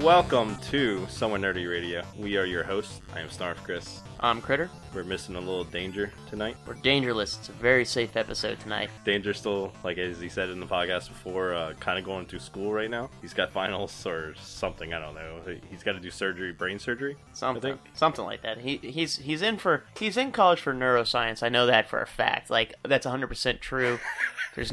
Welcome to Someone Nerdy Radio. We are your hosts. I am Snarf Chris. I'm Critter. We're missing a little danger tonight. We're dangerless. It's a very safe episode tonight. Danger still, like as he said in the podcast before, uh, kind of going through school right now. He's got finals or something. I don't know. He's got to do surgery, brain surgery. Something, think. something like that. He he's he's in for he's in college for neuroscience. I know that for a fact. Like that's 100 percent true. There's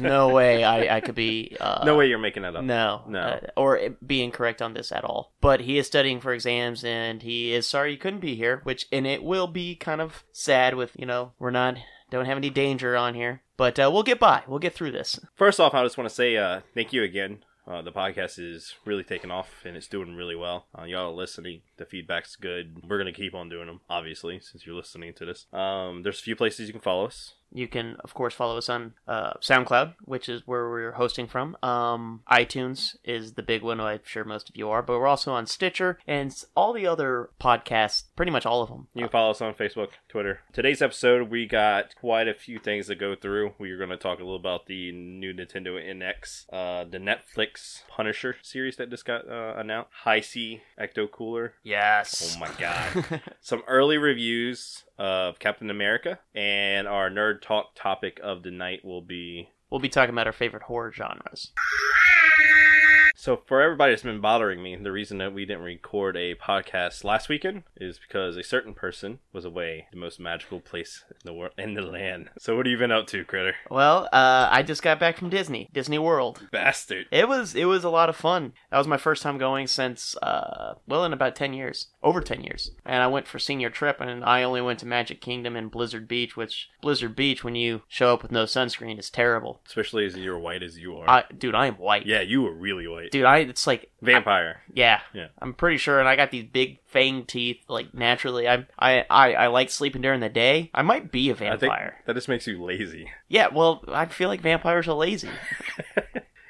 no way I I could be uh, no way you're making that up. no No. uh, or it- be incorrect on this at all. But he is studying for exams, and he is sorry he couldn't be here. Which and it will be kind of sad with you know we're not don't have any danger on here, but uh, we'll get by. We'll get through this. First off, I just want to say uh, thank you again. Uh, the podcast is really taking off and it's doing really well. Uh, y'all are listening. The feedback's good. We're going to keep on doing them, obviously, since you're listening to this. Um, there's a few places you can follow us. You can, of course, follow us on uh, SoundCloud, which is where we're hosting from. Um, iTunes is the big one. I'm sure most of you are, but we're also on Stitcher and s- all the other podcasts, pretty much all of them. You can follow us on Facebook, Twitter. Today's episode, we got quite a few things to go through. We are going to talk a little about the new Nintendo NX, uh, the Netflix Punisher series that just got uh, announced, High C Ecto Cooler. Yes. Oh my god. Some early reviews of Captain America, and our nerd talk topic of the night will be We'll be talking about our favorite horror genres. So for everybody that's been bothering me, the reason that we didn't record a podcast last weekend is because a certain person was away, the most magical place in the world, in the land. So what have you been up to, critter? Well, uh, I just got back from Disney, Disney World. Bastard. It was it was a lot of fun. That was my first time going since uh, well in about ten years, over ten years. And I went for senior trip, and I only went to Magic Kingdom and Blizzard Beach, which Blizzard Beach, when you show up with no sunscreen, is terrible. Especially as you're white as you are. I dude, I am white. yeah, you were really white. Dude, I it's like Vampire. yeah, Yeah. I'm pretty sure, and I got these big fang teeth. Like naturally, I'm I I, I like sleeping during the day. I might be a I think vampire. that just makes you lazy. Yeah, well, I feel like vampires are lazy.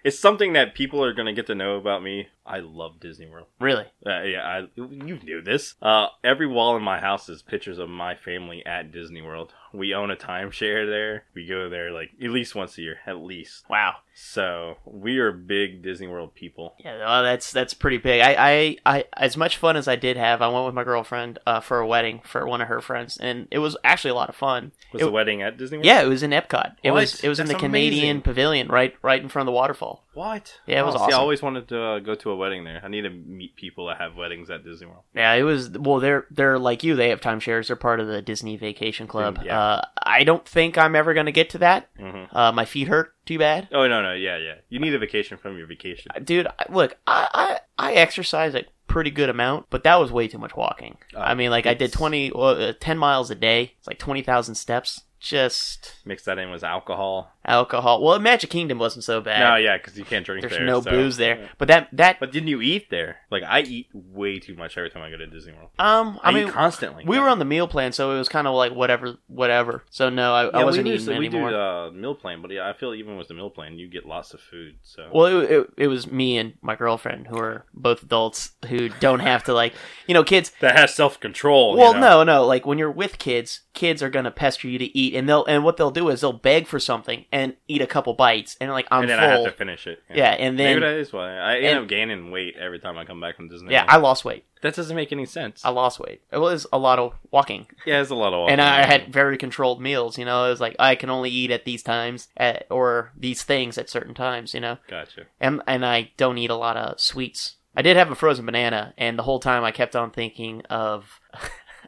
It's something that people are gonna get to know about me. I love Disney World. Really, Uh, yeah, I, you knew this. Uh, every wall in my house is pictures of my family at Disney World. We own a timeshare there. We go there like at least once a year, at least. wow. So we are big Disney World people. Yeah, well, that's that's pretty big. I, I, I as much fun as I did have, I went with my girlfriend uh, for a wedding for one of her friends, and it was actually a lot of fun. Was It- the wedding at Disney World? Yeah, it was in Epcot. It What? was it was in the That's amazing. Canadian Pavilion, right right in front of the waterfall. What? Yeah, it was Oh, see, awesome. I always wanted to uh, go to a wedding there. I need to meet people that have weddings at Disney World. Yeah, it was. Well, they're they're like you. They have timeshares. They're part of the Disney Vacation Club. Yeah. Uh, I don't think I'm ever gonna get to that. hmm Uh, my feet hurt too bad. Oh no, no, yeah, yeah. You need a vacation from your vacation. dude I- look i i, I exercise a pretty good amount but that was way too much walking Uh, i mean like i did it's- 20 well, uh, 10 miles a day it's like 20000 steps just Mix that in with alcohol. alcohol well magic kingdom wasn't so bad No, yeah, because you can't drink there's there. no so- booze there but that that But didn't you eat there? Like I eat way too much every time I go to Disney World. um i, I, mean eat constantly. we were on the meal plan so it was kind of like whatever whatever so no i, Yeah, I wasn't we do, eating so we anymore do uh, meal plan, but yeah, I feel even with the meal plan, you get lots of food. So Well, it, it, it was me and my girlfriend who are both adults who don't have to like, you know, kids. that has self control. Well, no, no. Like when you're with kids, kids are gonna pester you to eat, and they'll and what they'll do is they'll beg for something and eat a couple bites, and like I'm and then full. I have to finish it. yeah, and maybe then that is why I end and- up gaining weight every time I come back from Disney. yeah, I lost weight. that doesn't make any sense. I lost weight. It was a lot of walking, yeah, it's a lot of and I walking. had very controlled meals. You know, it was like I can only eat at these times at, or these things at certain times. You know, gotcha. and and I don't eat a lot of sweets. I did have a frozen banana, and the whole time I kept on thinking of.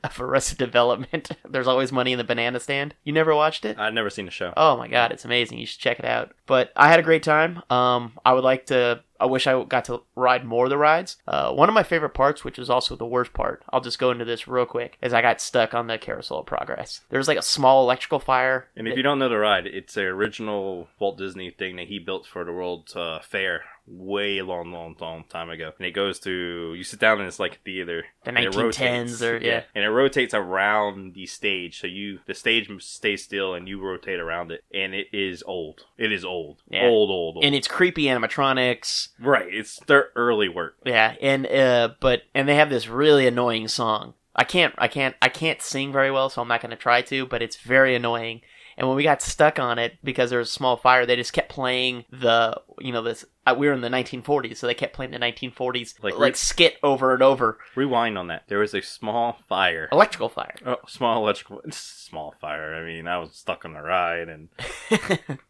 Of Arrested Development. There's always money in the banana stand. You never watched it? I've never seen the show. Oh my god, it's amazing. You should check it out. But I had a great time. Um, I would like to. I wish I got to ride more of the rides. Uh, one of my favorite parts, which was also the worst part, I'll just go into this real quick, is I got stuck on the Carousel of Progress. There was like a small electrical fire. and if you don't know the ride, it's the original Walt Disney thing that he built for the World's uh, Fair way long, long, long time ago. And it goes to you sit down and it's like a theater. The And it 1910s rotates. or- yeah. and it rotates around the stage. So you the stage stays still and you rotate around it, and it is old. It is old, Yeah. old, old, old. and it's creepy animatronics. right, it's their early work. Yeah, and uh, but and they have this really annoying song. I can't, I can't, I can't sing very well, so I'm not going to try to. But it's very annoying. And when we got stuck on it because there was a small fire, they just kept playing the you know this. I, we were in the 1940s, so they kept playing the 1940s Like like, re- skit over and over. Rewind on that. There was a small fire. Electrical fire. Oh, small electrical. It's a small fire. I mean, I was stuck on the ride, and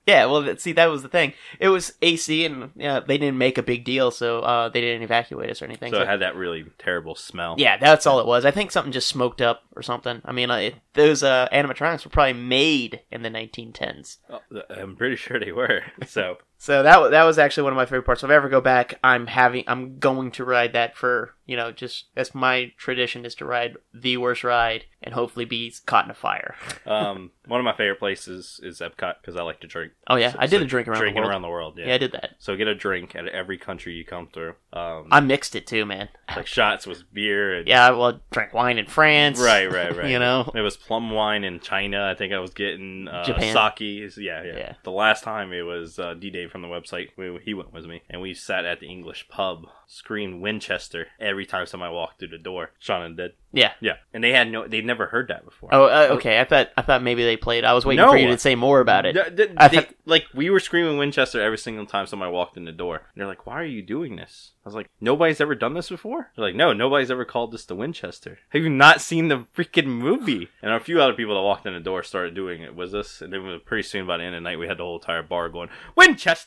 yeah, well, that- see, that was the thing. It was AC, and yeah, they didn't make a big deal, so uh, they didn't evacuate us or anything. so so- it had that really terrible smell. yeah, that's all it was. I think something just smoked up or something. I mean, I, those uh, animatronics were probably made in the 1910s. Oh, th- I'm pretty sure they were. So So that wa- that was actually one of my favorite parts. So if I ever go back, I'm having I'm going to ride that for you know just that's my tradition is to ride the worst ride and hopefully be caught in a fire. um, one of my favorite places is Epcot because I like to drink. Oh yeah, So- I did so a drink around the drinking world. around the world. Yeah. yeah. I did that. So get a drink at every country you come through. Um, I mixed it too, man. like shots was beer. And, Yeah, well, I drank wine in France. Right, right, right. you know, It was plum wine in China. I think I was getting uh, Japan. sake. Is- Yeah, yeah, Yeah. The last time it was uh, D Day from the website. We, he went with me, and we sat at the English pub, screamed Winchester every time somebody walked through the door. Sean did. yeah. Yeah, and they had no. They'd never heard that before. Oh, uh, okay. I thought I thought maybe they played. I was waiting No. for you to say more about it. Th- th- I they- thought- like we were screaming Winchester every single time somebody walked in the door. And they're like, "Why are you doing this?" I was like, "Nobody's ever done this before." They're like, "No, nobody's ever called this the Winchester. Have you not seen the freaking movie?" And a few other people that walked in the door started doing it. Was this? And then pretty soon by the end of the night, we had the whole entire bar going Winchester.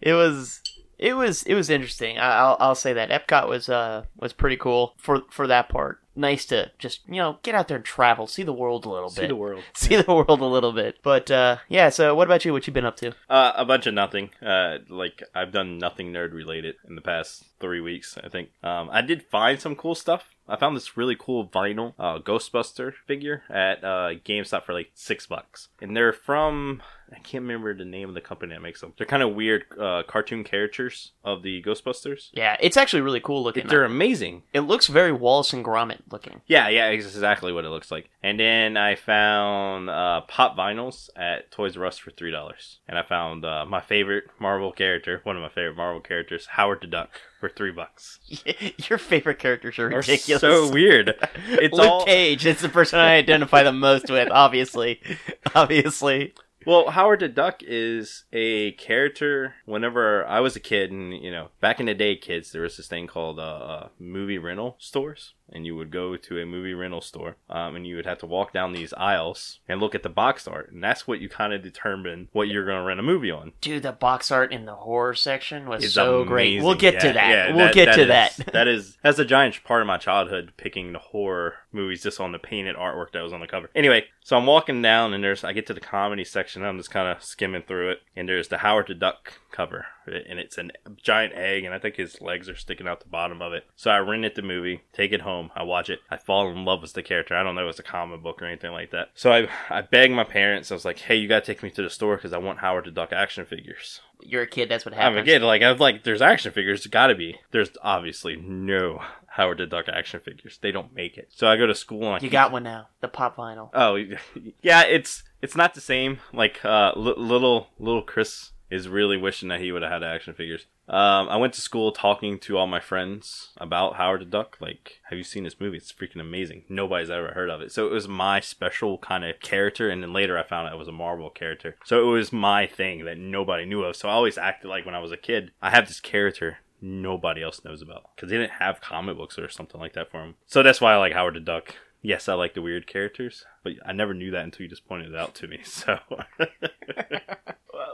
it was it was it was interesting. I, I'll I'll say that Epcot was uh was pretty cool for for that part. Nice to just you know get out there and travel, see the world a little bit, world. see the world a little bit. But uh, yeah, so what about you? What you been up to? Uh, a bunch of nothing. Uh, like I've done nothing nerd related in the past three weeks. I think. Um, I did find some cool stuff. I found this really cool vinyl uh, Ghostbuster figure at uh, GameStop for like six bucks, and they're from I can't remember the name of the company that makes them. They're kind of weird uh, cartoon characters of the Ghostbusters. Yeah, it's actually really cool looking. They're amazing. it looks very Wallace and Gromit looking. Yeah, yeah, it's exactly what it looks like. And then I found uh, pop vinyls at Toys R Us for three dollars, and I found uh, my favorite Marvel character, one of my favorite Marvel characters, Howard the Duck, for three bucks. Your favorite characters are They're ridiculous. so weird. It's Luke all Cage. It's the person I identify the most with. Obviously, obviously. well. Howard the Duck is a character. Whenever I was a kid, and you know, back in the day, kids, there was this thing called uh, uh, movie rental stores, and you would go to a movie rental store, um, and you would have to walk down these aisles and look at the box art, and that's what you kind of determine what you're going to rent a movie on. Dude, the box art in the horror section was It's so great. amazing. We'll get Yeah, to that. yeah, we'll get to is- that. that is that's a giant part of my childhood picking the horror movies just on the painted artwork that was on the cover. Anyway, so I'm walking down and there's I get to the comedy section. And I'm just kind of skimming through it, and there's the Howard the Duck cover, and it's a giant egg, and I think his legs are sticking out the bottom of it. So I rented the movie, take it home, I watch it, I fall in love with the character. I don't know if it's a comic book or anything like that. So I I begged my parents. I was like, Hey, you gotta take me to the store because I want Howard the Duck action figures. You're a kid. That's what I'm happens. a kid. Like I'm like, there's action figures. Gotta be. There's obviously no Howard the Duck action figures. They don't make it. So I go to school and I You keep- got one now. The pop vinyl. Oh, yeah. It's it's not the same. Like uh, li- little little Chris is really wishing that he would have had action figures. Um, I went to school talking to all my friends about Howard the Duck. Like, have you seen this movie? It's freaking amazing. Nobody's ever heard of it. So it was my special kind of character. And then later I found out it was a Marvel character. So it was my thing that nobody knew of. So I always acted like when I was a kid, I have this character nobody else knows about because they didn't have comic books or something like that for them. So that's why I like Howard the Duck. Yes, I like the weird characters, but I never knew that until you just pointed it out to me. So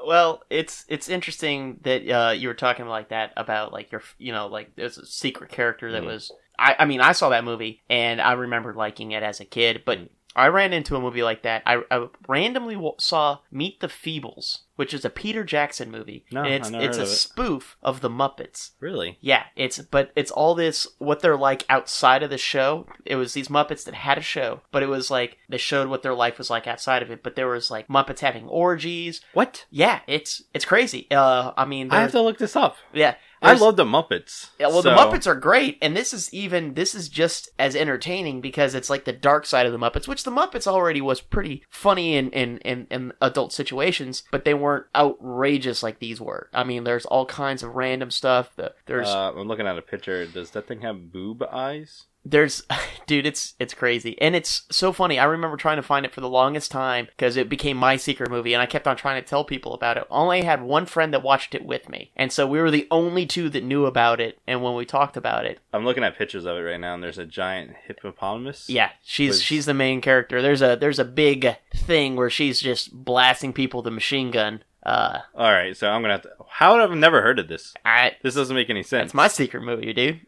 Well, it's it's interesting that uh, you were talking like that about like your you know like there's a secret character that Mhm. was. I I mean I saw that movie and I remember liking it as a kid, but. Mhm. I ran into a movie like that. I, I randomly w- saw Meet the Feebles, which is a Peter Jackson movie. No, and I it's never it's heard a of it. spoof of the Muppets. really, Yeah, it's but it's all this what they're like outside of the show. It was these Muppets that had a show, but it was like they showed what their life was like outside of it. But there was like Muppets having orgies. what? Yeah, it's it's crazy. Uh, I mean, I have there's, to look this up. yeah, I there's- love the Muppets. Yeah, well, the so- Muppets are great, and this is even this is just as entertaining because it's like the dark side of the Muppets, which the Muppets already was pretty funny in in, in, in adult situations, but they weren't outrageous like these were. I mean, there's all kinds of random stuff. The, there's Uh, I'm looking at a picture. Does that thing have boob eyes? there's dude it's it's crazy and it's so funny i remember trying to find it for the longest time because it became my secret movie and i kept on trying to tell people about it only had one friend that watched it with me and so we were the only two that knew about it and when we talked about it I'm looking at pictures of it right now, and there's a giant hippopotamus. yeah she's Was- she's the main character there's a there's a big thing where she's just blasting people with a machine gun uh All right, so I'm gonna have to. How have I never heard of this? I, This doesn't make any sense. that's my secret movie dude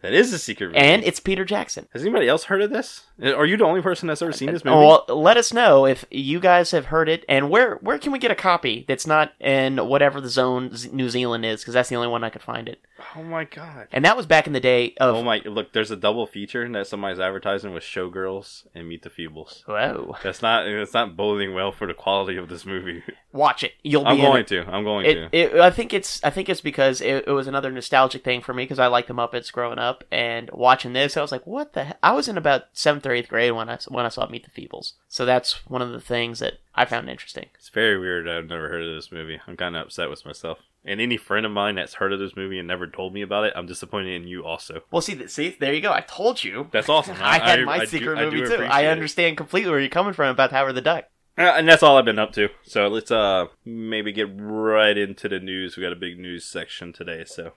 That is a secret. Movie. and it's peter jackson has anybody else heard of this? Uh, Are you the only person that's ever seen this movie? Well, let us know if you guys have heard it, and where where can we get a copy that's not in whatever the zone Z- New Zealand is, because that's the only one I could find it. oh my god. And that was back in the day of Oh my! Look, there's a double feature that somebody's advertising with Showgirls and Meet the Feebles. whoa, That's not. That's not boding well for the quality of this movie. watch it. You'll be I'm in going it. to. I'm going to. It, it, I think it's I think it's because it, it was another nostalgic thing for me because I liked the Muppets growing up and watching this I was like what the he-? I was in about seventh or eighth grade when I when I saw Meet the Feebles so that's one of the things that I found interesting. It's very weird. that I've never heard of this movie. I'm kind of upset with myself. And any friend of mine that's heard of this movie and never told me about it, I'm disappointed in you. Also, Well, see, th- see, there you go. I told you. that's awesome. I had my do- secret I do movie too. appreciate I it. understand completely where you're coming from about Howard the Duck. Uh, and that's all I've been up to. So let's uh maybe get right into the news. We got a big news section today. So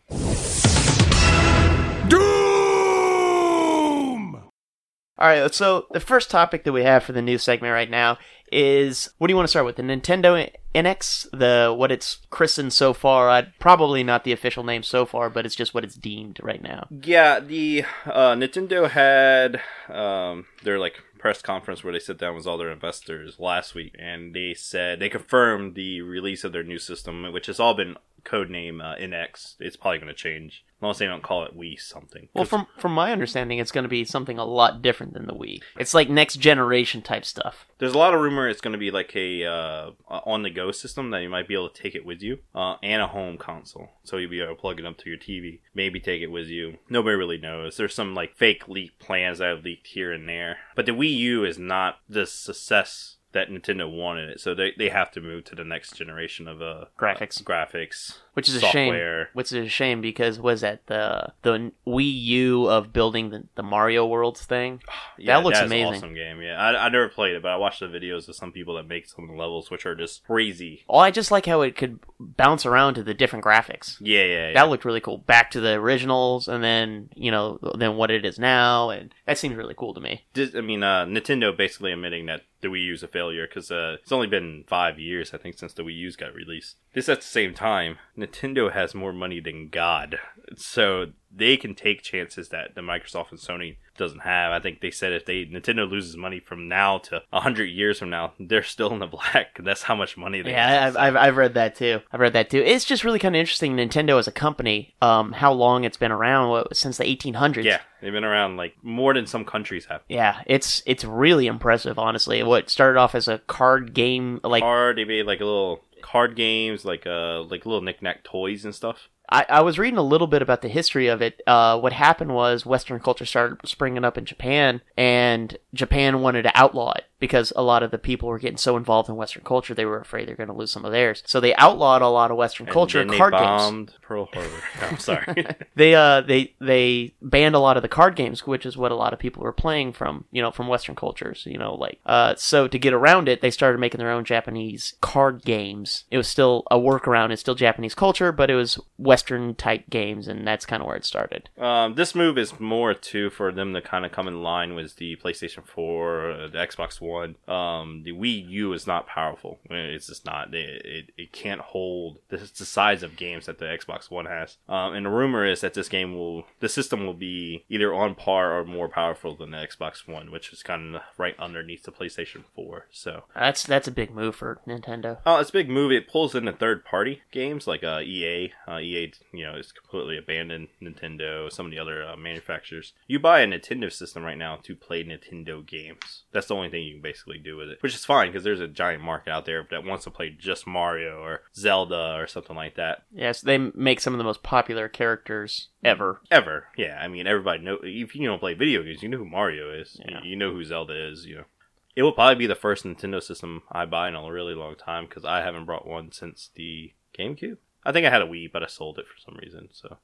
Doom! All right, so the first topic that we have for the news segment right now is what do you want to start with? The Nintendo NX, the what it's christened so far. I'd, probably not the official name so far, but it's just what it's deemed right now. yeah, the uh, Nintendo had um their like press conference where they sat down with all their investors last week, and they said they confirmed the release of their new system, which has all been codename uh, NX. It's probably going to change unless they don't call it Wii something. Well, 'Cause- from from my understanding, it's going to be something a lot different than the Wii. It's like next generation type stuff. There's a lot of rumor it's going to be like a uh, on the go system that you might be able to take it with you, uh, and a home console, so you'll be able to plug it up to your TV, maybe take it with you. Nobody really knows. There's some like fake leak plans that have leaked here and there, but the Wii U is not the success that Nintendo wanted it, so they, they have to move to the next generation of uh, Graphics. graphics, Which is a software. shame. Which is a shame because was that the the Wii U of building the, the Mario Worlds thing? Yeah, That looks is amazing. An awesome game. Yeah, I, I never played it, but I watched the videos of some people that make some of the levels, which are just crazy. Oh, I just like how it could bounce around to the different graphics. Yeah, yeah, yeah. That looked really cool. Back to the originals, and then you know, then what it is now, and that seems really cool to me. Dis- I mean, uh, Nintendo basically admitting that the Wii U's a failure because uh, it's only been five years, I think, since the Wii U's got released. This at the same time, Nintendo has more money than God, so they can take chances that the Microsoft and Sony doesn't have. I think they said if they Nintendo loses money from now to hundred years from now, they're still in the black. That's how much money they Yeah, have. I've, I've I've read that too. I've read that too. It's just really kind of interesting. Nintendo as a company, um, how long it's been around what, since the 1800s. yeah, they've been around like more than some countries have. Yeah, it's it's really impressive, honestly. What started off as a card game, like Card, they made like little card games, like uh, like little knickknack toys and stuff. I, I was reading a little bit about the history of it. Uh, what happened was Western culture started springing up in Japan, and Japan wanted to outlaw it because a lot of the people were getting so involved in Western culture they were afraid they're going to lose some of theirs. So they outlawed a lot of Western And culture then they card games. bombed Pearl Harbor. I'm sorry. They uh they they banned a lot of the card games, which is what a lot of people were playing from you know from Western cultures. You know like uh so to get around it, they started making their own Japanese card games. It was still a workaround. It's still Japanese culture, but it was Western type games, and that's kind of where it started. Um, this move is more too for them to kind of come in line with the PlayStation 4, uh, the Xbox One. Um, the Wii U is not powerful. Uh, It's just not. It, it, it can't hold this is the size of games that the Xbox One has. Um, and the rumor is that this game will, the system will be either on par or more powerful than the Xbox One, which is kind of right underneath the PlayStation 4. So That's that's a big move for Nintendo. Oh, it's a big move. It pulls in the third party games like uh, EA. Uh, EA, you know, is completely abandoned Nintendo, some of the other uh, manufacturers. You buy a Nintendo system right now to play Nintendo games. That's the only thing you can basically do with it, which is fine because there's a giant market out there that wants to play just Mario or Zelda or something like that. Yes, they make some of the most popular characters ever. Ever, yeah. I mean, everybody know if you don't play video games, you know who Mario is. You- Yeah. You, know who Zelda is. You know. It will probably be the first Nintendo system I buy in a really long time because I haven't brought one since the GameCube. I think I had a Wii, but I sold it for some reason. So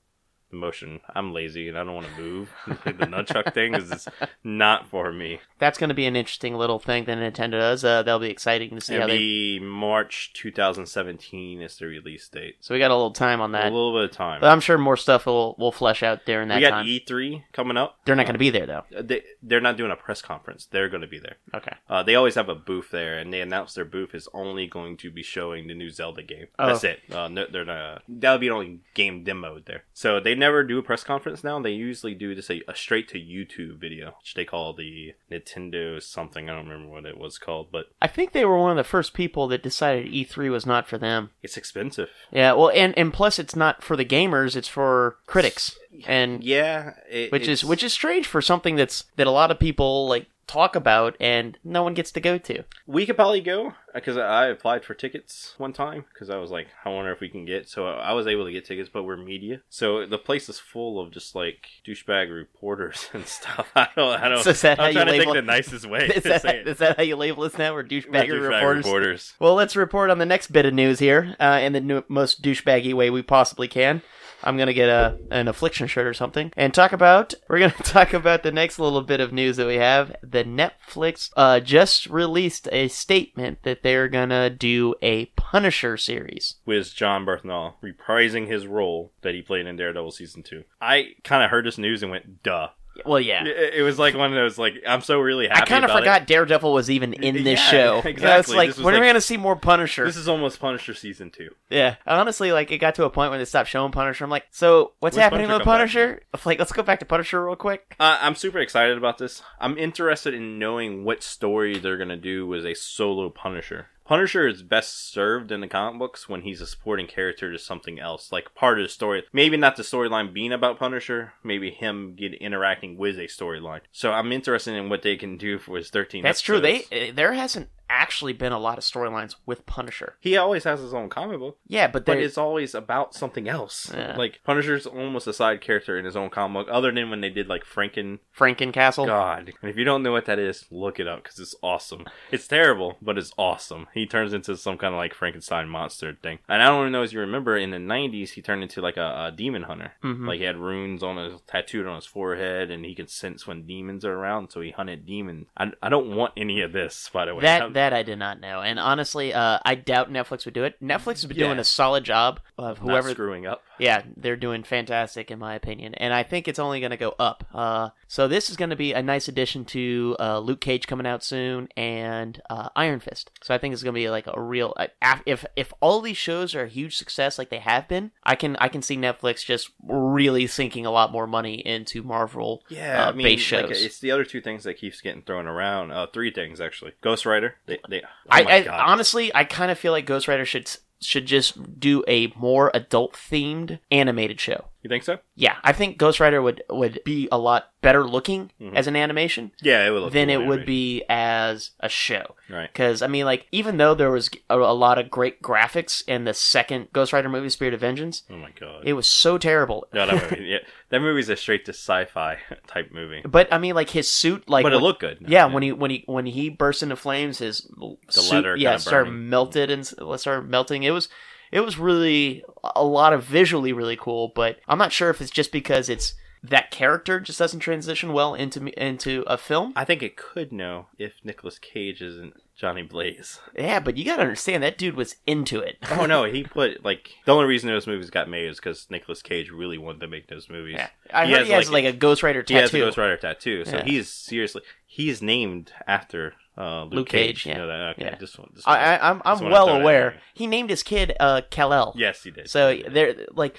the motion. I'm lazy and I don't want to move. the nunchuck thing is just not for me. That's going to be an interesting little thing that Nintendo does. Uh, that'll be exciting to see It'll how they. be March 2017 is the release date. So we got a little time on A that. little bit of time. But I'm sure more stuff will will flesh out during that we got time. E3 coming up. They're not going to be there though. Uh, They, they're not doing a press conference. They're going to be there. Okay. Uh, they always have a booth there, and they announced their booth is only going to be showing the new Zelda game. Oh. That's it. Uh, no, they're not, that'll be the only game demoed there. So they never do a press conference now. They usually do just a, a straight to YouTube video, which they call the Nintendo something. I don't remember what it was called, but I think they were one of the first people that decided E3 was not for them. it's expensive. Yeah, well, and and plus it's not for the gamers; it's for critics, and Yeah, it, which is which is strange for something that's that a lot of people like talk about and no one gets to go to. we could probably go because I applied for tickets one time because I was like, I wonder if we can get. So I was able to get tickets, but we're media, so the place is full of just like douchebag reporters and stuff. I don't, I don't. So is that I'm how you trying to label think the it? nicest way Is to that, say it. is that how you label us now? We're We're douchebagger douchebag reporters. Well, let's report on the next bit of news here uh, in the new- most douchebaggy way we possibly can. I'm gonna get a an affliction shirt or something and talk about. We're gonna talk about the next little bit of news that we have. The Netflix uh, just released a statement that they're gonna do a Punisher series. with John Berthnall reprising his role that he played in Daredevil season two. I kind of heard this news and went, "Duh!" Well, yeah. It, it was like one of those like, I'm so really happy. I kind of about it. forgot Daredevil was even in this Yeah, show. It's exactly. like This was when are we like- gonna see more Punisher? This is almost Punisher season two. Yeah, honestly, like it got to a point when they stopped showing Punisher. I'm like, so what's When's happening Punisher with come back? Punisher? Like, let's go back to Punisher real quick. Uh, I'm super excited about this. I'm interested in knowing what story they're gonna do with a solo Punisher. Punisher is best served in the comic books when he's a supporting character to something else, like part of the story. Maybe not the storyline being about Punisher, maybe him get interacting with a storyline. So I'm interested in what they can do for his 13. That's true. They episodes. eh, there hasn't actually been a lot of storylines with Punisher. he always has his own comic book, Yeah, but but there. it's always about something else. Yeah. Like Punisher's almost a side character in his own comic book, other than when they did like Franken Frankencastle. God. And if you don't know what that is, look it up because it's awesome. It's terrible, but it's awesome. He turns into some kind of like Frankenstein monster thing. And I don't even know if you remember in the 90s, he turned into like a, a demon hunter. Mhm. Like he had runes on his tattooed on his forehead and he could sense when demons are around, so he hunted demons. I, I don't want any of this, by the way. that I'm- that I did not know, and honestly, uh, I doubt Netflix would do it. Netflix has been doing Yeah. a solid job of not whoever screwing up. Yeah, they're doing fantastic in my opinion, and I think it's only going to go up. Uh, so this is going to be a nice addition to uh, Luke Cage coming out soon and uh, Iron Fist. So I think it's going to be like a real I- af- if if all these shows are a huge success like they have been, I can I can see Netflix just really sinking a lot more money into Marvel. Yeah, uh, I mean, base like, shows. it's the other two things that keeps getting thrown around. Uh, three things actually. Ghost Rider. They, they, oh my I, God. I honestly I kind of feel like Ghost Rider should should just do a more adult themed animated show. you think so? Yeah, I think Ghost Rider would would be a lot better looking Mhm. as an animation Yeah, it would. Look than cool it would animation. be as a show. right. Because I mean, like even though there was a, a lot of great graphics in the second Ghost Rider movie, Spirit of Vengeance, Oh my god. it was so terrible. No, that movie. Yeah, that movie's a straight to sci-fi type movie, But I mean, like his suit, like but it when- looked good. yeah, when he when he when he burst into flames, his suit, leather yeah kinda started burning. melted and s- started melting. It was it was really a lot of visually really cool, but I'm not sure if it's just because it's that character just doesn't transition well into me- into a film. I think it could know if Nicolas Cage isn't Johnny Blaze. Yeah, but you gotta understand that dude was into it. Oh no, he put like the only reason those movies got made is because Nicolas Cage really wanted to make those movies. Yeah. I He heard has, he has like, like- a Ghost Rider He has a tattoo. Ghost Rider tattoo, so Yeah. he's seriously he's named after uh, Luke, Luke Cage, Cage. yeah. You know that? Okay, Yeah. just one. Just one. I, I, I'm Just I'm wanna well throw that in aware. there. He named his kid uh, Kal El. yes, he did. So He did. there, like,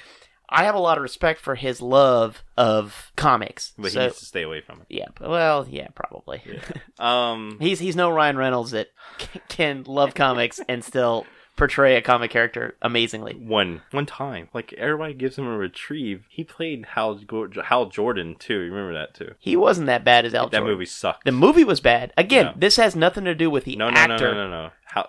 I have a lot of respect for his love of comics. but so he needs to stay away from it. yeah, well, yeah, probably. Um, He's he's no Ryan Reynolds that c- can love comics and still portray a comic character amazingly. one one time, like everybody gives him a retrieve. He played Hal Go- Hal Jordan too. You remember that too? He wasn't that bad as Al That Jordan. movie sucked. The movie was bad. Again, No. this has nothing to do with the No, no, actor. no, no, no, no. How,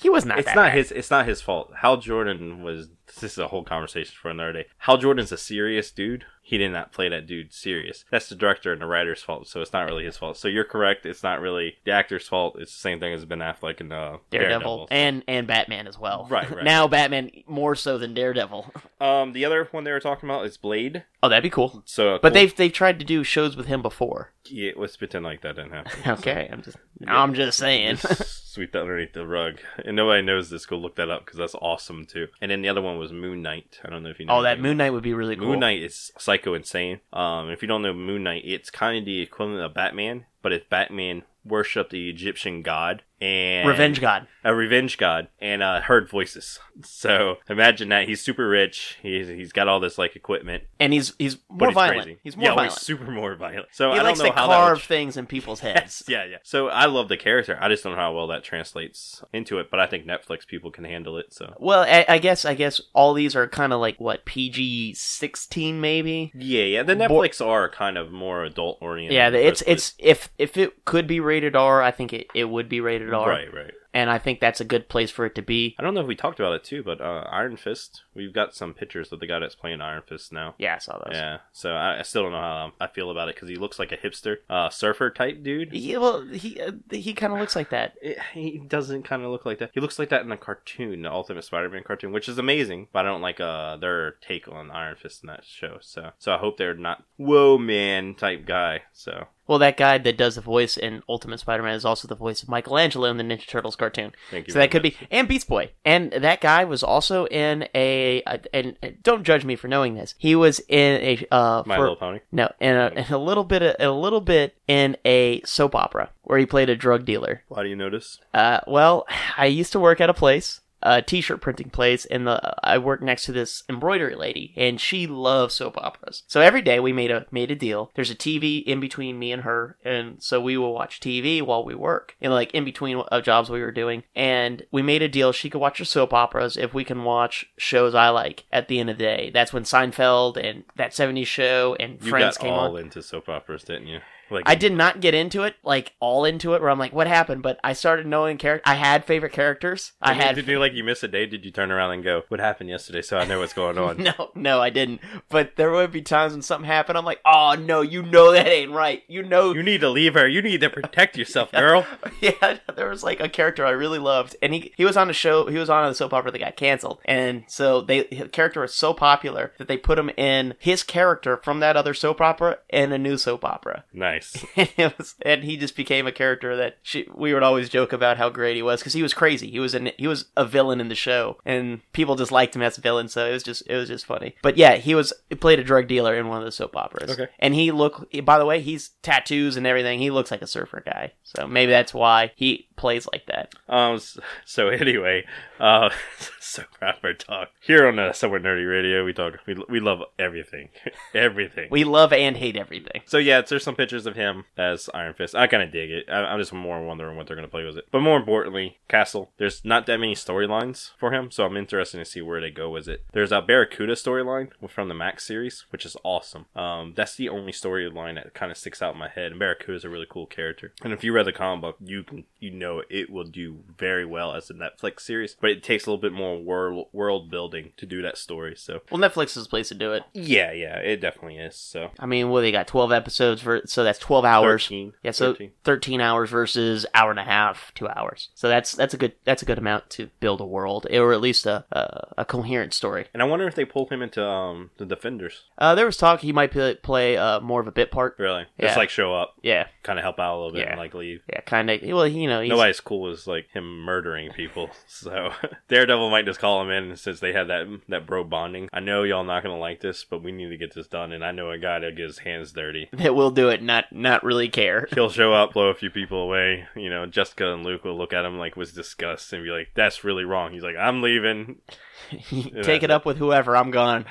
He was not. it's that not bad. his. It's not his fault. Hal Jordan was this is a whole conversation for another day. Hal Jordan's a serious dude. He did not play that dude serious. That's the director and the writer's fault, so it's not really his fault. So you're correct. It's not really the actor's fault. It's the same thing as Ben Affleck and uh, Daredevil, and and Batman as well. Right, right. now Batman more so than Daredevil. um, the other one they were talking about is Blade. Oh, that'd be cool. So, But they've they've tried to do shows with him before. yeah, let's pretend like that didn't happen. Okay, I'm just I'm just saying. Just sweep that underneath the rug. And nobody knows this. Go look that up because that's awesome too. And then the other one was Moon Knight. I don't know if you know. oh, that anything Moon Knight would be really cool. Moon Knight is psycho insane. Um, if you don't know Moon Knight, it's kind of the equivalent of Batman, but if Batman worshipped the Egyptian god and Revenge God. a revenge god, and uh, heard voices. So imagine that he's super rich. He's he's got all this like equipment, And he's he's but more he's violent. crazy. He's more yeah, well, violent. he's super more violent. So he I likes don't know to how that would carve things in people's heads. yeah, yeah. So I love the character. I just don't know how well that translates into it, but I think Netflix people can handle it. So Well, I, I guess I guess all these are kind of like what PG sixteen maybe. yeah, yeah. The Bo- Netflix are kind of more adult oriented. Yeah, the- it's it's if if it could be rated R, I think it, it would be rated R, right, right. and I think that's a good place for it to be. I don't know if we talked about it too, but uh, Iron Fist. We've got some pictures of the guy that's playing Iron Fist now. Yeah, I saw those. Yeah, so I, I still don't know how I feel about it because he looks like a hipster, uh, surfer type dude. Yeah, well, he uh, he kind of looks like that. It- he doesn't kind of look like that. He looks like that in the cartoon, the Ultimate Spider-Man cartoon, which is amazing. But I don't like uh their take on Iron Fist in that show. So so I hope they're not whoa man type guy. So Well, that guy that does the voice in Ultimate Spider-Man is also the voice of Michelangelo in the Ninja Turtles cartoon. thank you. So that could be and Beats Boy, and that guy was also in a, a and and don't judge me for knowing this. He was in a uh, My for- Little Pony. no, and a, and a little bit of, a little bit in a soap opera where he played a drug dealer. Why do you notice? Uh, well, I used to work at a place, a t-shirt printing place, and the I worked next to this embroidery lady, and she loves soap operas. So every day we made a made a deal. There's a TV in between me and her, and so we will watch TV while we work, and like in between uh, jobs we were doing. And we made a deal. She could watch her soap operas if we can watch shows I like. At the end of the day, that's when Seinfeld and that '70s show and You Friends got came on. all into soap operas, didn't you? Like I did not get into it, like all into it, where I'm like, what happened? But I started knowing character. I had favorite characters. I Did you- had Did you like you miss a day? Did you turn around and go, "What happened yesterday?" So I know what's going on. no, no, I didn't. But there would be times when something happened. I'm like, oh no, you know that ain't right. You know, You need to leave her. You need to protect yourself, girl. yeah. There was like a character I really loved, and he he was on a show. He was on a soap opera that got canceled, and so they the character was so popular that they put him in his character from that other soap opera in a new soap opera. nice. and it was, and he just became a character that she, we would always joke about how great he was because he was crazy. He was an, he was a villain in the show, and people just liked him as a villain. So it was just it was just funny. But yeah, he was he played a drug dealer in one of the soap operas. Okay. and he look by the way he's tattoos and everything. He looks like a surfer guy, so maybe that's why he plays like that. Um. s- So anyway, uh, so proper talk here on uh, somewhere nerdy radio. We talk. We we love everything, everything. We love and hate everything. so yeah, it's- there's some pictures of him as Iron Fist. I kind of dig it. I, I'm just more wondering what they're gonna play with it. But more importantly, Castle. There's not that many storylines for him, so I'm interested to see where they go with it. There's a Barracuda storyline from the Max series, which is awesome. Um, that's the only storyline that kind of sticks out in my head. And Barracuda is a really cool character. And if you read the comic book, you can you know it will do very well as a Netflix series, but it takes a little bit more world world building to do that story. So Well, Netflix is the place to do it. yeah, yeah, it definitely is. So I mean, well, they got twelve episodes for so that's twelve hours. 13, Yeah, so 13. 13. hours versus hour and a half, two hours. So that's that's a good that's a good amount to build a world, or at least a a, a coherent story. And I wonder if they pull him into um the Defenders. Uh, there was talk he might play, play uh, more of a bit part. Really, Yeah. just like show up, Yeah, kind of help out a little bit, Yeah. and like leave. yeah, kind of. Well, you know, he's, Nobody's cool as like him murdering people. So Daredevil might just call him in since they had that that bro bonding. I know y'all not gonna like this, but we need to get this done. And I know a guy that gets hands dirty. that will do it. Not not really care. He'll show up, blow a few people away. You know, Jessica and Luke will look at him like with disgust and be like, "That's really wrong." He's like, "I'm leaving." Take it up with whoever. I'm gone.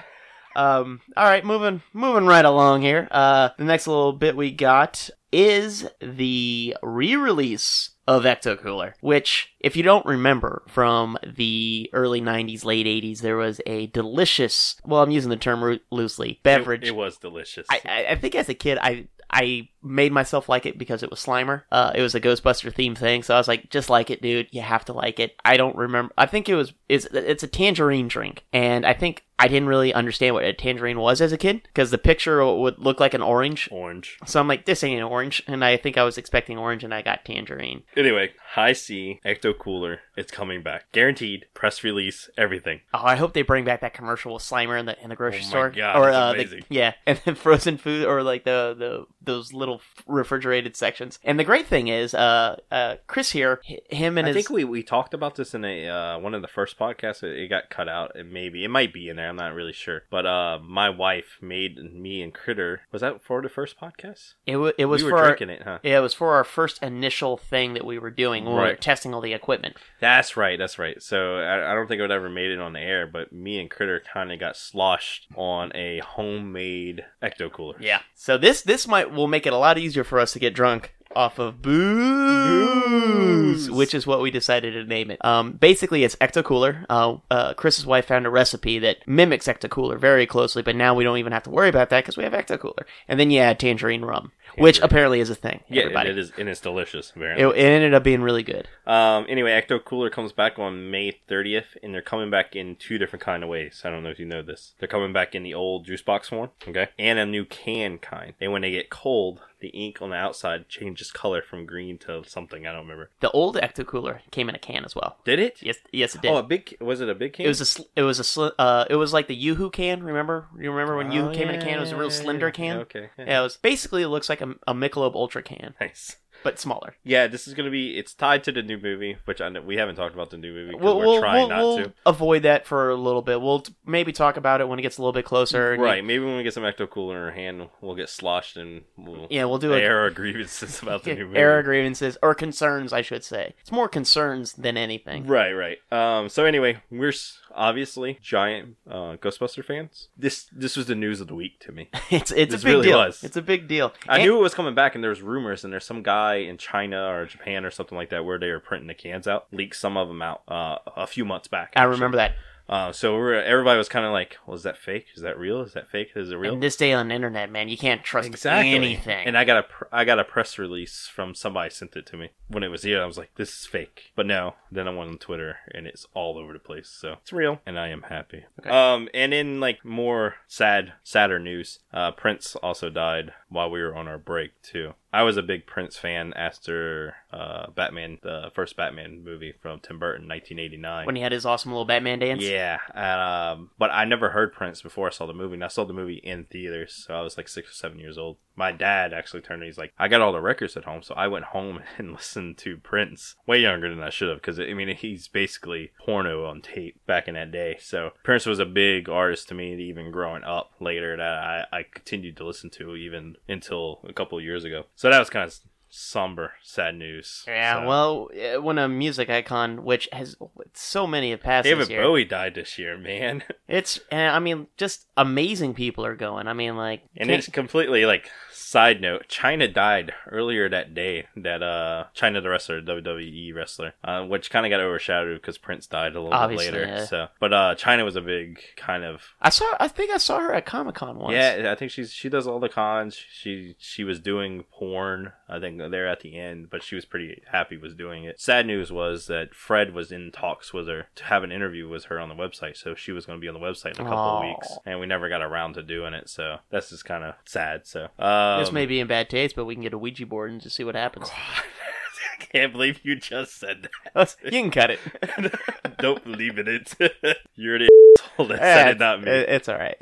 Um, all right, moving moving right along here. Uh, the next little bit we got is the re-release of Ecto Cooler, which, if you don't remember from the early '90s, late '80s, there was a delicious. Well, I'm using the term roo- loosely. It- Beverage. It, was delicious. I, I I think as a kid, I I made myself like it because it was Slimer. Uh, it was a Ghostbuster theme thing, so I was like, just like it, dude. You have to like it. I don't remember. I think it was it's it's a tangerine drink, and I think I didn't really understand what a tangerine was as a kid because the picture would look like an orange. Orange. So I'm like, this ain't an orange, and I think I was expecting orange, and I got tangerine. Anyway, High C, Ecto Cooler, it's coming back. Guaranteed, press release, everything. Oh, I hope they bring back that commercial with Slimer in the in the grocery Oh my store. God, or that's uh, the- amazing. yeah, and then frozen food or like the the those little refrigerated sections. And the great thing is, uh, uh, Chris here, hi- him and I his think we, we talked about this in a uh, one of the first podcasts. It, it got cut out. It maybe it might be in there. I'm not really sure. But uh, my wife made me and Critter. Was that for the first podcast? it, wa- it was we were for our, drinking it, huh? yeah, it was for our first initial thing that we were doing when we were Right. testing all the equipment. That's right. That's right. So I, I don't think I would ever made it on the air, but me and Critter kind of got sloshed on a homemade ecto cooler. Yeah. So this this might will make it a lot easier for us to get drunk off of booze, Booze. which is what we decided to name it. Um, basically, it's Ecto Cooler. Uh, uh, Chris's wife found a recipe that mimics Ecto Cooler very closely, but now we don't even have to worry about that because we have Ecto Cooler. And then you add tangerine rum, which Tangerine. apparently is a thing. Yeah, and everybody. it is, and it's delicious. Apparently. It, it ended up being really good. Um, anyway, Ecto Cooler comes back on May 30th, and they're coming back in two different kind of ways. I don't know if you know this. They're coming back in the old juice box form, okay, and a new can kind. And when they get cold, the ink on the outside changes color from green to something. I don't remember. The old Ecto Cooler came in a can as well. Did it? Yes, yes, it did. Oh, a big. Was it a big can? It was a sl- it was a sl- uh it was like the YooHoo can. Remember you remember when YooHoo came in a can? It was a real slender can. Okay. Oh, yeah. Yeah, it was basically it looks like a, a Michelob Ultra can, Nice. but smaller. Yeah, this is gonna be. It's tied to the new movie, which I know we haven't talked about the new movie. 'cause We'll, we're we'll, trying we'll, not we'll to. avoid that for a little bit. We'll t- maybe talk about it when it gets a little bit closer. and- Right, maybe when we get some ecto cooler in our hand, we'll get sloshed and we'll Yeah, we'll do it. air our grievances about the new movie. Error grievances or concerns, I should say. It's more concerns than anything. Right, right. Um, so anyway, we're s- obviously giant uh, Ghostbuster fans. This this was the news of the week to me. It's it's This a big really deal. was. It's a big deal. I And- knew it was coming back, and there was rumors, and there's some guy in China or Japan or something like that where they were printing the cans out, leaked some of them out uh, a few months back. I actually. remember that. Uh, so we're, everybody was kind of like, "Was that fake? Is that real? Is that fake? Is it real?" In this day on the internet, man, you can't trust anything. And I got a pr- I got a press release from somebody sent it to me when it was here. I was like, this is fake. But no, then I went on Twitter and it's all over the place. So it's real, and I am happy. Okay. Um, and in like more sad, sadder news, uh, Prince also died while we were on our break too. I was a big Prince fan after uh, Batman, the first Batman movie from Tim Burton, 1989. when he had his awesome little Batman dance. Yeah, um, but I never heard Prince before I saw the movie, and I saw the movie in theaters, so I was like six or seven years old. My dad actually turned, and he's like, "I got all the records at home," so I went home and listened to Prince way younger than I should have, because I mean he's basically porno on tape back in that day. So Prince was a big artist to me, even growing up later that I, I continued to listen to even until a couple of years ago. So that was kind of somber, sad news. Yeah, So- well, eh, when a music icon, which has so many have passed David this year, Bowie died this year, man. It's, and I mean, just amazing people are going. I mean, like, And can't- it's completely like side note. China died earlier that day. That uh, China the wrestler, WWE wrestler, uh, which kind of got overshadowed because Prince died a little Obviously, bit later. yeah. So, but uh, China was a big kind of I saw, I think I saw her at Comic Con once. yeah. I think she's she does all the cons. She she was doing porn. I think there at the end, but she was pretty happy was doing it. Sad news was that Fred was in talks with her to have an interview with her on the website. So she was going to be on the website in a couple of Aw. weeks, and we never got around to doing it. So that's just kind of sad. So um, this may be in bad taste, but we can get a Ouija board and just see what happens. I can't believe you just said you can cut it. that. Don't believe in it. You're the asshole that said it, not me. Eh, It's all right.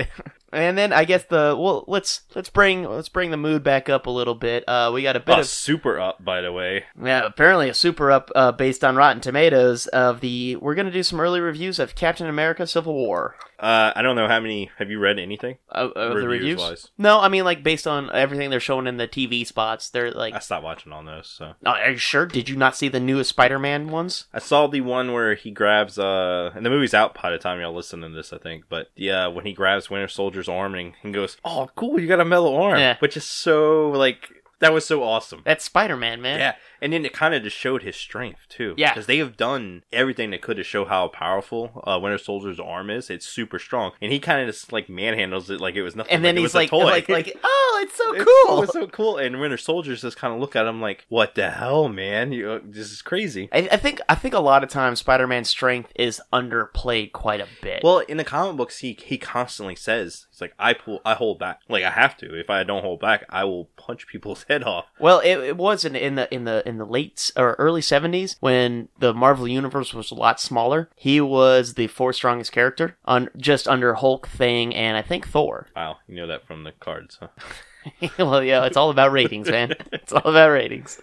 And then I guess the well, let's let's bring let's bring the mood back up a little bit. Uh, we got a bit Oh, of super up, by the way. Yeah, apparently a super up uh, based on Rotten Tomatoes of the. We're gonna do some early reviews of Captain America: Civil War. Uh, I don't know how many. Have you read anything? Of, of the reviews. Reviews-wise. No, I mean like based on everything they're showing in the TV spots. They're like, I stopped watching all those. So "Oh, are you sure? Did you not see the newest Spider-Man ones? I saw the one where he grabs uh, and the movie's out by the time y'all listen to this, I think. But yeah, when he grabs Winter Soldier's arm and, and goes, "Oh, cool, you got a metal arm," Yeah. which is so like That was so awesome. That's Spider Man, man. Yeah, and then it kind of just showed his strength too. Yeah. because they have done everything they could to show how powerful uh, Winter Soldier's arm is. It's super strong, and he kind of just like manhandles it like it was nothing. And then it he's was a like, toy. like, like, oh, it's so It's- cool. It was so cool, and Winter Soldiers just kind of look at him like, "What the hell, man? You, uh, this is crazy." I, I think I think a lot of times Spider Man's strength is underplayed quite a bit. Well, in the comic books, he he constantly says, "He's like, I pull, I hold back. Like I have to. If I don't hold back, I will punch people's head off." Well, it, it was in, in the in the in the late s- or early seventies when the Marvel universe was a lot smaller. He was the fourth strongest character on just under Hulk, Thing, and I think Thor. Wow, you know that from the cards, huh? well, yeah, it's all about ratings, man. It's all about ratings.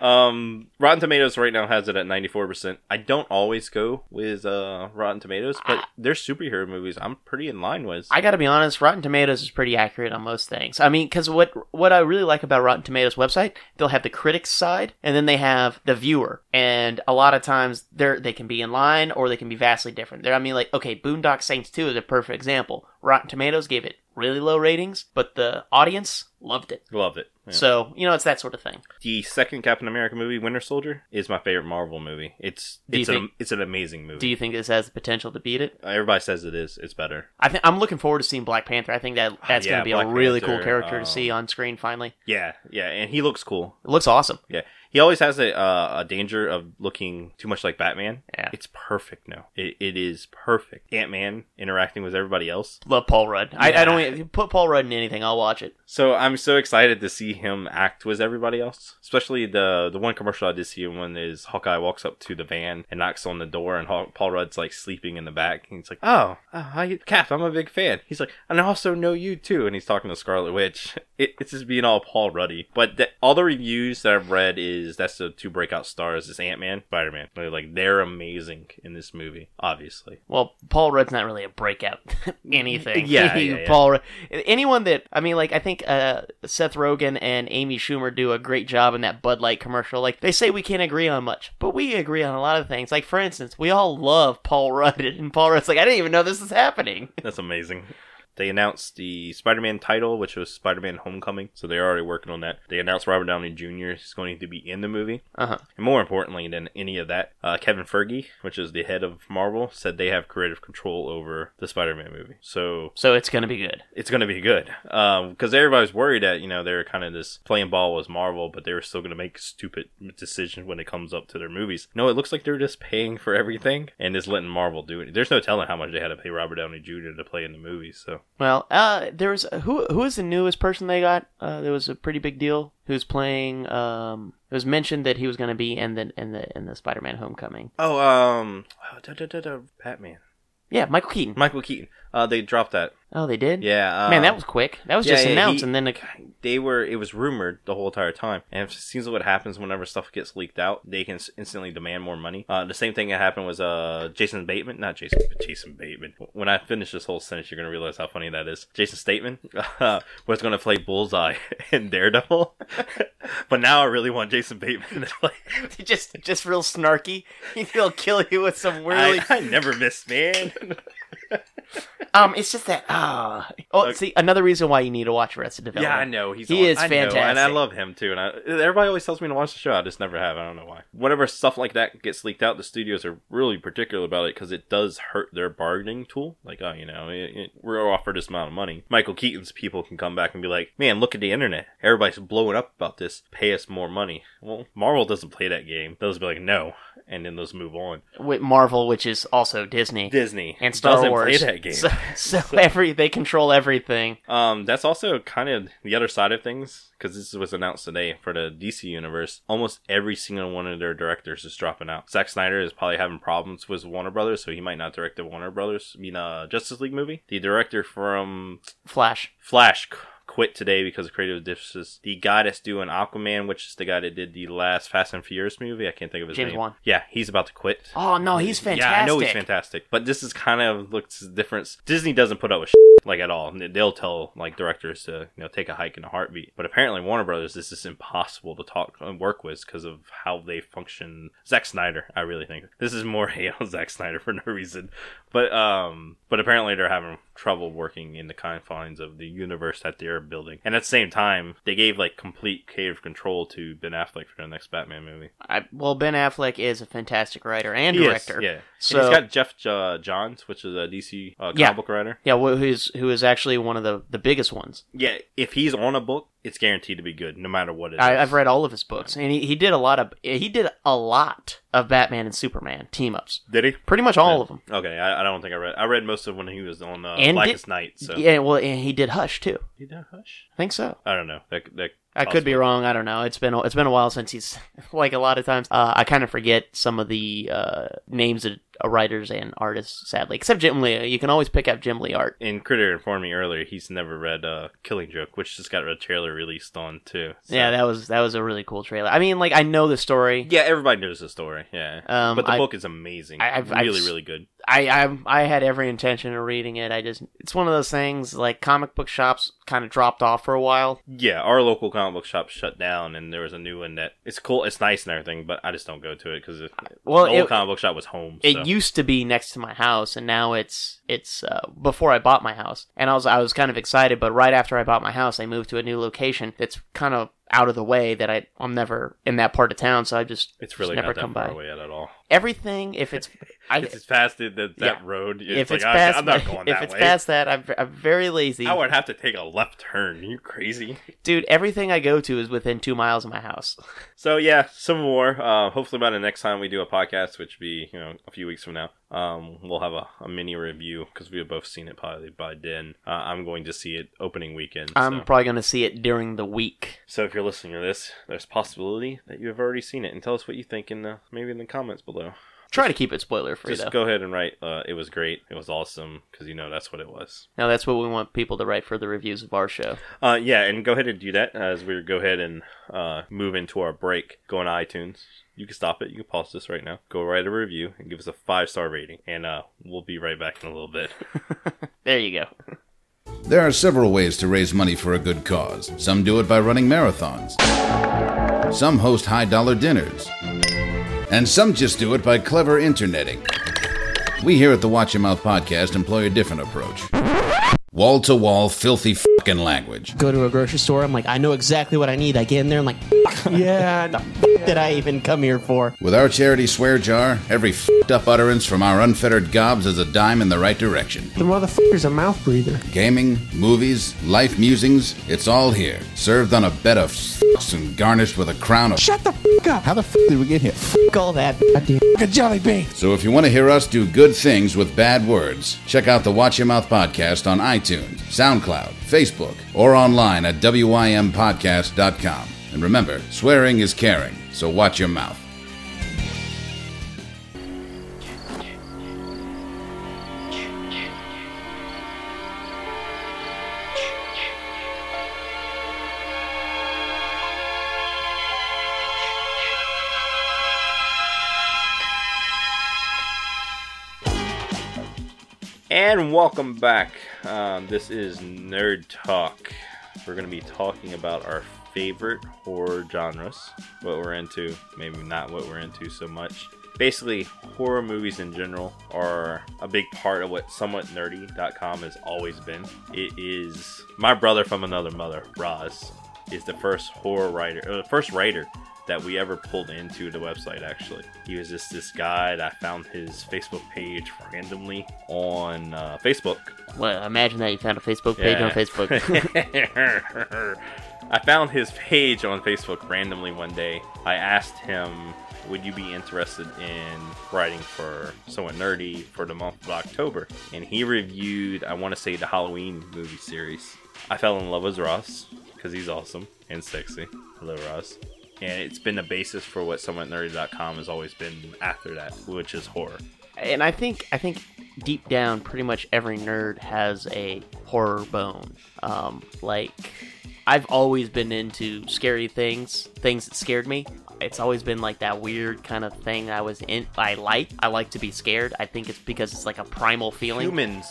Um, Rotten Tomatoes right now has it at 94%. I don't always go with uh, Rotten Tomatoes, but their superhero movies I'm pretty in line with. I got to be honest, Rotten Tomatoes is pretty accurate on most things. I mean, because what what I really like about Rotten Tomatoes website, they'll have the critics side and then they have the viewer, and a lot of times they're they can be in line or they can be vastly different. There, I mean, like okay, Boondock Saints two is a perfect example. Rotten Tomatoes gave it really low ratings, but the audience loved it. Loved it. Yeah. So you know, it's that sort of thing. the second Captain America movie, Winter Soldier, is my favorite Marvel movie. It's Do you it's an think- it's an amazing movie. Do you think this has the potential to beat it? Everybody says it is. It's better. I think I'm looking forward to seeing Black Panther. I think that that's Ah, yeah, going to be a Black really cool Panther, character to um, see on screen finally. Yeah, yeah, and he looks cool. It looks awesome. Yeah, he always has a uh, a danger of looking too much like Batman. Yeah. It's perfect now. It, it is perfect. Ant Man interacting with everybody else. Love Paul Rudd. I, I Yeah. don't if you put Paul Rudd in anything. I'll watch it. So I'm so excited to see him act with everybody else. Especially the the one commercial I did see when is Hawkeye walks up to the van and knocks on the door, and Haw- Paul Rudd's like sleeping in the back, and he's like, "Oh, uh, how you, Cap, I'm a big fan." He's like, "And I also know you too," and he's talking to Scarlet Witch. It, it's just being all Paul Ruddy. But the, all the reviews that I've read is that's the two breakout stars: is Ant Man, Spider Man. They're like they're amazing in this movie, obviously. Well, Paul Rudd's not really a breakout anything. Yeah, yeah, yeah. Paul Rudd. Anyone that I mean, like I think uh, Seth Rogen and Amy Schumer do a great job in that Bud Light commercial. Like they say we can't agree on much, but we agree on a lot of things. Like for instance, we all love Paul Rudd, and Paul Rudd's like I didn't even know this is happening. That's amazing. They announced the Spider-Man title, which was Spider-Man: Homecoming, so they're already working on that. They announced Robert Downey Jr. is going to be in the movie, Uh huh. and more importantly than any of that, uh, Kevin Feige, which is the head of Marvel, said they have creative control over the Spider-Man movie. So So it's gonna be good. it's going to be good, Um, because everybody's worried that you know they're kind of this playing ball with Marvel, but they were still going to make stupid decisions when it comes up to their movies. No, it looks like they're just paying for everything and just letting Marvel do it. There's no telling how much they had to pay Robert Downey Jr. to play in the movie, so. Well, uh, there was who who was the newest person they got? Uh, there was a pretty big deal. Who's playing? Um, it was mentioned that he was going to be in the in the in the Spider-Man Homecoming. Oh, um, oh, da, da, da, da, Batman, Yeah, Michael Keaton. Michael Keaton. Uh, they dropped that. Oh, they did. Yeah, um, Man, that was quick. That was yeah, just yeah, announced, he- and then the, They were. It was rumored the whole entire time, and it seems what happens whenever stuff gets leaked out. They can s- instantly demand more money. Uh, the same thing that happened was uh Jason Bateman, not Jason, but Jason Bateman. When I finish this whole sentence, you're gonna realize how funny that is. Jason Statham uh, was gonna play Bullseye in Daredevil, but now I really want Jason Bateman to play. just just real snarky. He'll kill you with some really. I, I never miss, man. Um, it's just that. ah. Oh, Okay. see, another reason why you need to watch Arrested Yeah, I Development. know he's on- He is I know, and I fantastic. love him too. And I, everybody always tells me to watch the show. I just never have. I don't know why. Whenever stuff like that gets leaked out, the studios are really particular about it because it does hurt their bargaining tool. Like, oh, you know, it, it, we're offered this amount of money. Michael Keaton's people can come back and be like, man, look at the internet. Everybody's blowing up about this. Pay us more money. Well, Marvel doesn't play that game. They'll just be like, no, and then they'll just move on. with Marvel, which is also Disney Disney and Star doesn't Wars. play that game. So, so every they control everything. Um, that's also kind of the other side of things because this was announced today for the DC universe. Almost every single one of their directors is dropping out. Zack Snyder is probably having problems with Warner Brothers, so he might not direct the Warner Brothers. I mean, uh, Justice League movie. The director from Flash. Flash qu- quit today because of creative differences. The guy that's doing Aquaman, which is the guy that did the last Fast and Furious movie, I can't think of his James name. Wan. Yeah, he's about to quit. Oh no, he's fantastic. Yeah, I know he's fantastic, but this is kind of looks the difference. Disney doesn't put up with like at all. They'll tell like directors to you know take a hike in a heartbeat. But apparently Warner Brothers, this is impossible to talk and work with because of how they function. Zack Snyder, I really think this is more hate on Zack Snyder for no reason, But um, but apparently they're having trouble working in the confines of the universe that they're building. And at the same time, they gave like complete creative control to Ben Affleck for the next Batman movie. I, well, Ben Affleck is a fantastic writer and He is, director. yeah. So and he's got Jeff uh, Johns, which is a DC uh, comic Yeah. book writer. yeah, wh- who's who is actually one of the the biggest ones. Yeah, if he's on a book, it's guaranteed to be good, no matter what it is. I, I've read all of his books, and he, he did a lot of he did a lot of Batman and Superman team ups. Did he? Pretty much all of them. Okay, I, I don't think I read. I read most of when he was on uh, And Blackest Night. So Yeah, well, and he did Hush too. He done Hush? I think so. I don't know. That that I could be wrong. I don't know. It's been a- it's been a while since he's like a lot of times. Uh, I kind of forget some of the uh, names of uh, writers and artists. Sadly, except Jim Lee. You can always pick up Jim Lee art. And Critter informed me earlier he's never read uh, Killing Joke, which just got a trailer released on too. So- Yeah, that was that was a really cool trailer. I mean, like I know the story. yeah. Everybody knows the story. Yeah, Um, but the I- book is amazing. I- I've- I've really, s- really good. I, I I had every intention of reading it. I just it's one of those things like comic book shops kind of dropped off for a while. Yeah, our local comic book shop shut down, and there was a new one that it's cool, it's nice and everything, but I just don't go to it because Well, the old it, comic book shop was home. it so. used to be next to my house, and now it's it's uh, before I bought my house, and I was I was kind of excited, but right after I bought my house, I moved to a new location that's kind of out of the way that I I'm never in that part of town, so I just it's just really never not that come far by. away at all. Everything if it's I. If it's past it, that, that Yeah. road, it's if like, it's I- past, I'm not going if that it's way. past that, I'm, I'm very lazy. I would have to take a left turn. you crazy? Dude, everything I go to is within two miles of my house. So yeah, Civil War. Uh, hopefully by the next time we do a podcast, which will be you know a few weeks from now, um, we'll have a, a mini review because we have both seen it probably by then. Uh, I'm going to see it opening weekend. I'm so. probably going to see it during the week. so if you're listening to this, there's a possibility that you have already seen it, and tell us what you think in the maybe in the comments below. Try to keep it spoiler free Just though. go ahead and write. Uh, it was great. It was awesome because you know that's what it was. Now that's what we want people to write for the reviews of our show. Uh, yeah, and go ahead and do that as we go ahead and uh, move into our break. Go on iTunes. You can stop it. You can pause this right now. Go write a review and give us a five star rating, and uh, we'll be right back in a little bit. There you go. There are several ways to raise money for a good cause. Some do it by running marathons, some host high dollar dinners, and some just do it by clever interneting. We here at the Watch Your Mouth podcast employ a different approach wall to wall, filthy fing language. go to a grocery store. I'm like, I know exactly what I need. I get in there. I'm like, yeah, the f- did I even come here for? With our charity swear jar, every fed up utterance from our unfettered gobs is a dime in the right direction. The motherfucker's a mouth breather. Gaming, movies, life musings, it's all here, served on a bed of f's and garnished with a crown of Shut the f- up. How the f did we get here? F Fuck all that. Goddamn. a jelly bean. So if you want to hear us do good things with bad words, check out the Watch Your Mouth podcast on iTunes, SoundCloud, Facebook, or online at wympodcast.com. And remember, swearing is caring, so watch your mouth. and welcome back. Um, this is Nerd Talk. We're going to be talking about our favorite horror genres, what we're into, maybe not what we're into so much. Basically, horror movies in general are a big part of what somewhatnerdy.com has always been. It is my brother from another mother, Roz, is the first horror writer, or the first writer that we ever pulled into the website actually he was just this guy that i found his facebook page randomly on uh, facebook Well, imagine that you found a Facebook page on Facebook. facebook i found his page on facebook randomly one day i asked him would you be interested in writing for someone nerdy for the month of october and he reviewed i want to say the halloween movie series i fell in love with ross because he's awesome and sexy hello ross and it's been the basis for what somewhatnerdy.com has always been after that which is horror and I think I think deep down, pretty much every nerd has a horror bone. Um, like I've always been into scary things, things that scared me. It's always been like that weird kind of thing I was in. I like. I like to be scared. I think it's because it's like a primal feeling. humans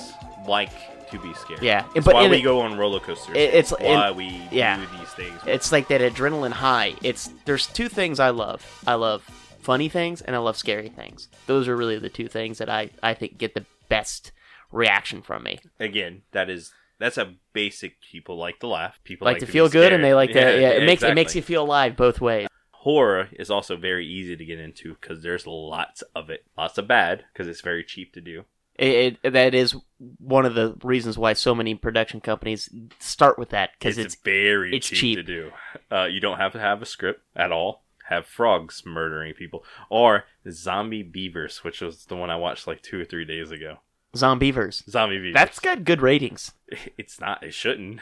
like to be scared Yeah, it's but why in we it- go on roller coasters it- it's- why in- we yeah. do these things It's like that adrenaline high. It's there's two things I love. I love funny things and I love scary things. Those are really the two things that I I think get the best reaction from me. Again, that is that's a basic. People like to laugh. People Like, like, to be feel good and scared. they like to yeah, it makes it exactly. makes you feel alive both ways. horror is also very easy to get into because there's lots of it, lots of bad because it's very cheap to do. It, it, that is one of the reasons why so many production companies start with that because it's, very it's cheap, cheap. to do. Uh, you don't have to have a script at all. Have frogs murdering people or zombie beavers, which was the one I watched like two or three days ago. zombievers. Zombie beavers. That's got good ratings. it's not. It shouldn't.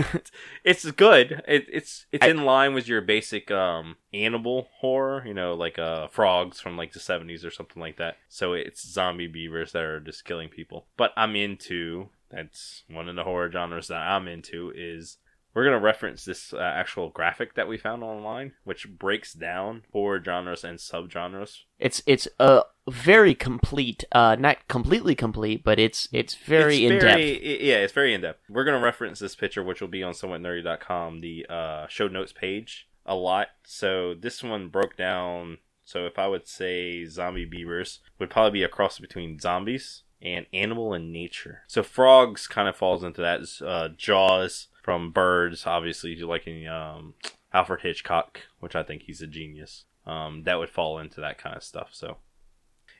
it's good. It, it's it's I- in line with your basic um animal horror. You know, like uh frogs from like the seventies or something like that. So it's zombie beavers that are just killing people. But I'm into. That's one of the horror genres that I'm into. Is we're gonna reference this uh, actual graphic that we found online, which breaks down horror genres and subgenres. It's it's a very complete, uh, not completely complete, but it's it's very It's in very- depth. i- Yeah, it's very in depth. We're going to reference this picture, which will be on somewhatnerdy.com, the uh, show notes page, a lot. So this one broke down. So if I would say zombie beavers, would probably be a cross between zombies and animal and nature. So frogs kind of falls into that. Uh, jaws from birds, obviously, you like in um, Alfred Hitchcock, which I think he's a genius. Um, that would fall into that kind of stuff. So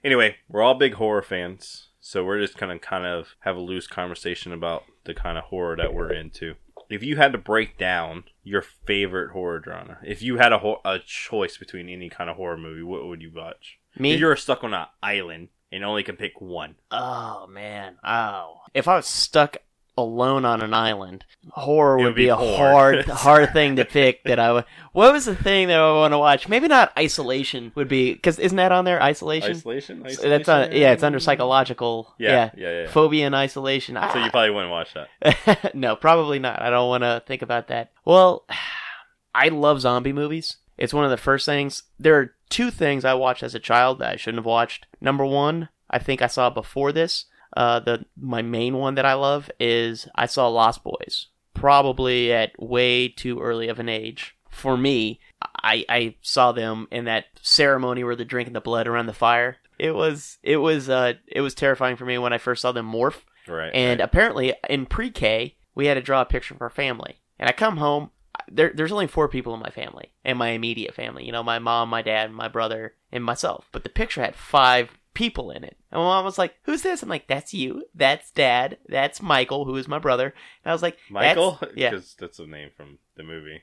anyway, we're all big horror fans, so we're just gonna kind of have a loose conversation about the kind of horror that we're into. If you had to break down your favorite horror genre, if you had a hor- a choice between any kind of horror movie, what would you watch? Me? If you were stuck on an island and only could pick one. Oh man, oh. If I was stuck alone on an island, horror It would would be, be a porn. hard hard thing to pick. That I would. What was the thing that I want to watch? Maybe not isolation would be because isn't that on there? Isolation. Isolation? So That's on. Yeah, it's under psychological. Yeah, Yeah. yeah, yeah, yeah. Phobia and isolation. So you probably wouldn't watch that. no, probably not. I don't want to think about that. Well, I love zombie movies. It's one of the first things. There are two things I watched as a child that I shouldn't have watched. Number one, I think I saw before this. Uh, the my main one that I love is I saw Lost Boys. Probably at way too early of an age for me. I I saw them in that ceremony where they're drinking the blood around the fire. It was it was uh it was terrifying for me when I first saw them morph. Right. And right. apparently, in pre-K, we had to draw a picture of our family. And I come home. There, there's only four people in my family and my immediate family. You know, my mom, my dad, my brother, and myself. But the picture had five people in it. And my mom was like, "Who's this?" I'm like, "That's you. That's dad. That's Michael, who is my brother." And I was like, "That's- Michael? yeah, Because that's the name from the movie.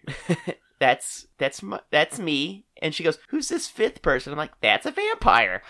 that's that's my, that's me and she goes who's this fifth person i'm like that's a vampire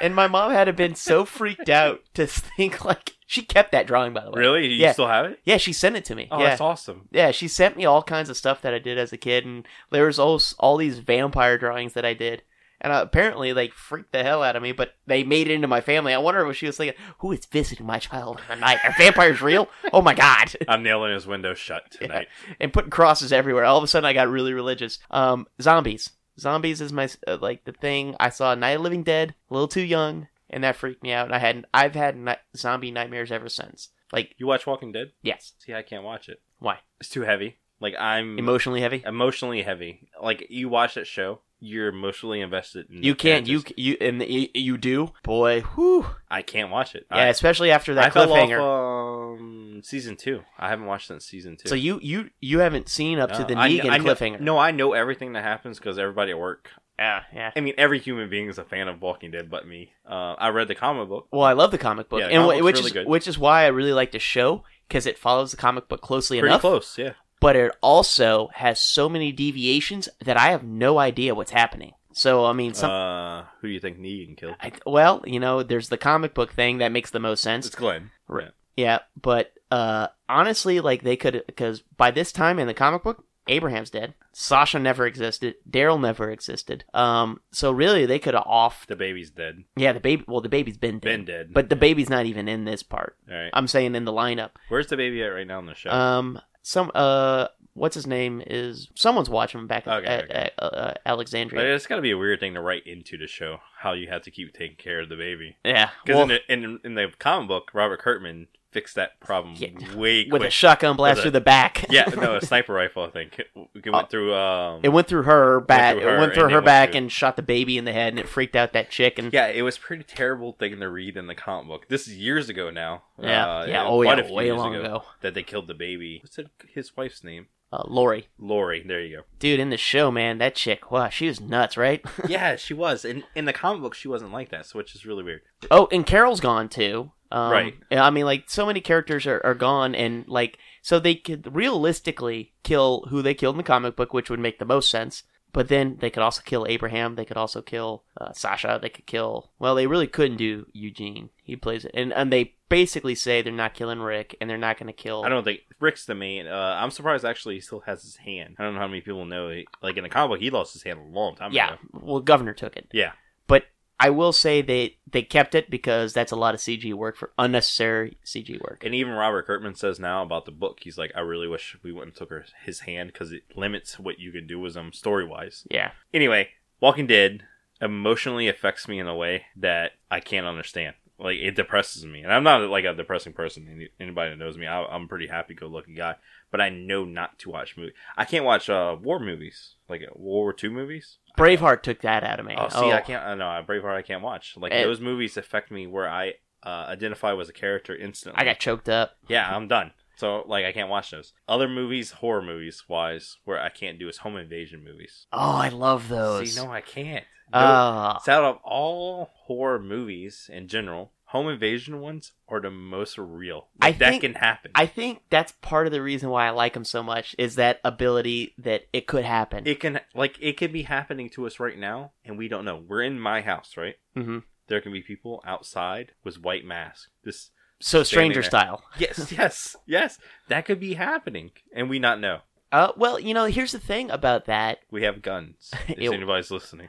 and my mom had been so freaked out to think like she kept that drawing by the way Really? You yeah still have it? yeah she sent it to me Oh, yeah that's awesome. yeah she sent me all kinds of stuff that i did as a kid and there was all, all these vampire drawings that i did and uh, apparently they freaked the hell out of me but they made it into my family i wonder if she was thinking who is visiting my child in the night are vampires real oh my god I'm nailing his window shut tonight. and putting crosses everywhere. All of a sudden, I got really religious. Um, zombies. Zombies is my uh, like the thing I saw. Night of the Living Dead, a little too young, and that freaked me out. And I had I've had ni- zombie nightmares ever since. Like You watch Walking Dead? yes, See, I can't watch it. why It's too heavy. Like I'm emotionally heavy? emotionally heavy. Like you watch that show, you're emotionally invested. In You the can't you characters. you and you, you do boy whew I can't watch it. yeah especially after I, I that fell cliffhanger. off um, season two. I haven't watched since season two. so you you you haven't seen up to No, the I Negan kn- I kn- cliffhanger? No, I know everything that happens because everybody at work. yeah yeah. I mean, every human being is a fan of Walking Dead, but me. Uh, I read the comic book. Well, I love the comic book, Yeah, the and comic wh- book's which really is good. which is why I really like the show because it follows the comic book closely Pretty enough. close, yeah. but it also has so many deviations that I have no idea what's happening. So I mean, some, Uh, who do you think Negan killed? I, well, you know, there's the comic book thing that makes the most sense. It's Glenn. Right. Yeah, but uh, honestly, like they could, because by this time in the comic book, Abraham's dead. Sasha never existed. Daryl never existed. Um, so really, they could have off. The baby's dead. Yeah, the baby. Well, the baby's been dead. Been dead. But the baby's not even in this part. All right. I'm saying in the lineup. Where's the baby at right now in the show? Um, some uh, what's his name is someone's watching him back Okay, at, okay. at uh, uh, But Alexandria. it's got to be a weird thing to write into the show how you have to keep taking care of the baby. yeah, Because well, in, the- in in the comic book, Robert Kurtman fix that problem Yeah. way with quick. a shotgun blast With a- through the back. yeah, no, a sniper rifle. I think it, it went through. Um, Uh, It went through her back. through her It went through and it her went back through- and shot the baby in the head, and it freaked out that chick. And yeah, it was a pretty terrible thing to read in the comic book. This is years ago now. Yeah, Uh, yeah, it- oh quite yeah, a few way years long ago. that they killed the baby. What's it, his wife's name? Uh, Lori, Lori. There you dude, in the show, man, that chick, wow, she was nuts, right? go. yeah, she was. In in the comic book, she wasn't like that, so which is really weird. oh, and Carol's gone too. Um, Right. I mean, like so many characters are, are gone, and like so they could realistically kill who they killed in the comic book, which would make the most sense. But then they could also kill Abraham. They could also kill uh, Sasha. They could kill. Well, they really couldn't do Eugene. He plays it, and and they basically say they're not killing Rick, and they're not going to kill. I don't think Rick's the main. Uh, I'm surprised actually he still has his hand. I don't know how many people know. He, like in the comic book, he lost his hand a long time Yeah. ago. Well, governor took it. Yeah. But I will say they they kept it because that's a lot of CG work for unnecessary CG work. And even Robert Kurtman says now about the book, he's like, I really wish we wouldn't took her, his hand because it limits what you can do with them story wise. yeah. Anyway, Walking Dead emotionally affects me in a way that I can't understand. Like it depresses me, and I'm not like a depressing person. Any- Anybody that knows me, I, I'm a pretty happy-go-lucky guy. But I know not to watch movies. I can't watch uh, war movies, like uh, World War II movies. Braveheart took that out of me. Oh, see, I can't. Uh, no, Braveheart, I can't watch. Like Eh. those movies affect me where I uh, identify with a character instantly. I got choked up. Yeah, I'm done. So like, I can't watch those. Other movies, horror movies wise, where I can't do is home invasion movies. Oh, I love those. See, no, I can't. No, Ah. it's out of all horror movies in general, home invasion ones are the most real. I Like, that think- can happen. I think that's part of the reason why I like them so much is that ability that it could happen. it can like it can be happening to us right now, and we don't know. We're in my house, right? hmm There can be people outside with white masks. This So Standing Stranger there. Style. yes, yes, yes. That could be happening, and we not know. Uh, well, you know, here's the thing about that. We have guns. If Ew. anybody's listening,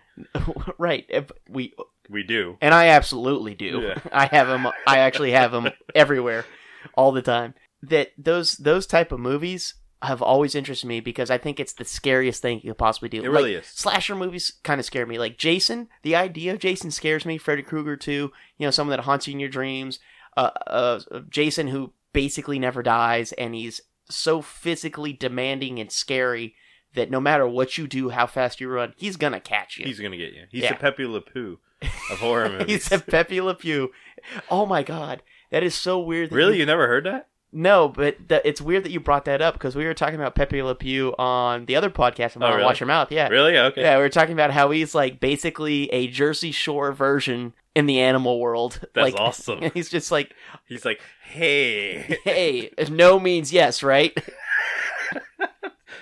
right. If we we do. and I absolutely do. Yeah. I have them. I actually have them everywhere, all the time. That those those type of movies have always interested me because I think it's the scariest thing you could possibly do. It really Like, is. Slasher movies kind of scare me. Like Jason, the idea of Jason scares me. Freddy Krueger too. You know, someone that haunts you in your dreams. Uh, uh, Jason who basically never dies and he's so physically demanding and scary that no matter what you do, how fast you run, he's gonna catch you. He's gonna get you. He's Yeah. the Pepe Le Pew of horror movies. He's a Pepe Le Pew. Oh my god, that is so weird. that really, you- you never heard that? no, but th- it's weird that you brought that up because we were talking about Pepe Le Pew on the other podcast. Oh, about really? Watch Your Mouth. Yeah, Really? Okay. yeah. We were talking about how he's like basically a Jersey Shore version in the animal world. That's like, awesome. He's just like, He's like, hey, hey, no means yes, right?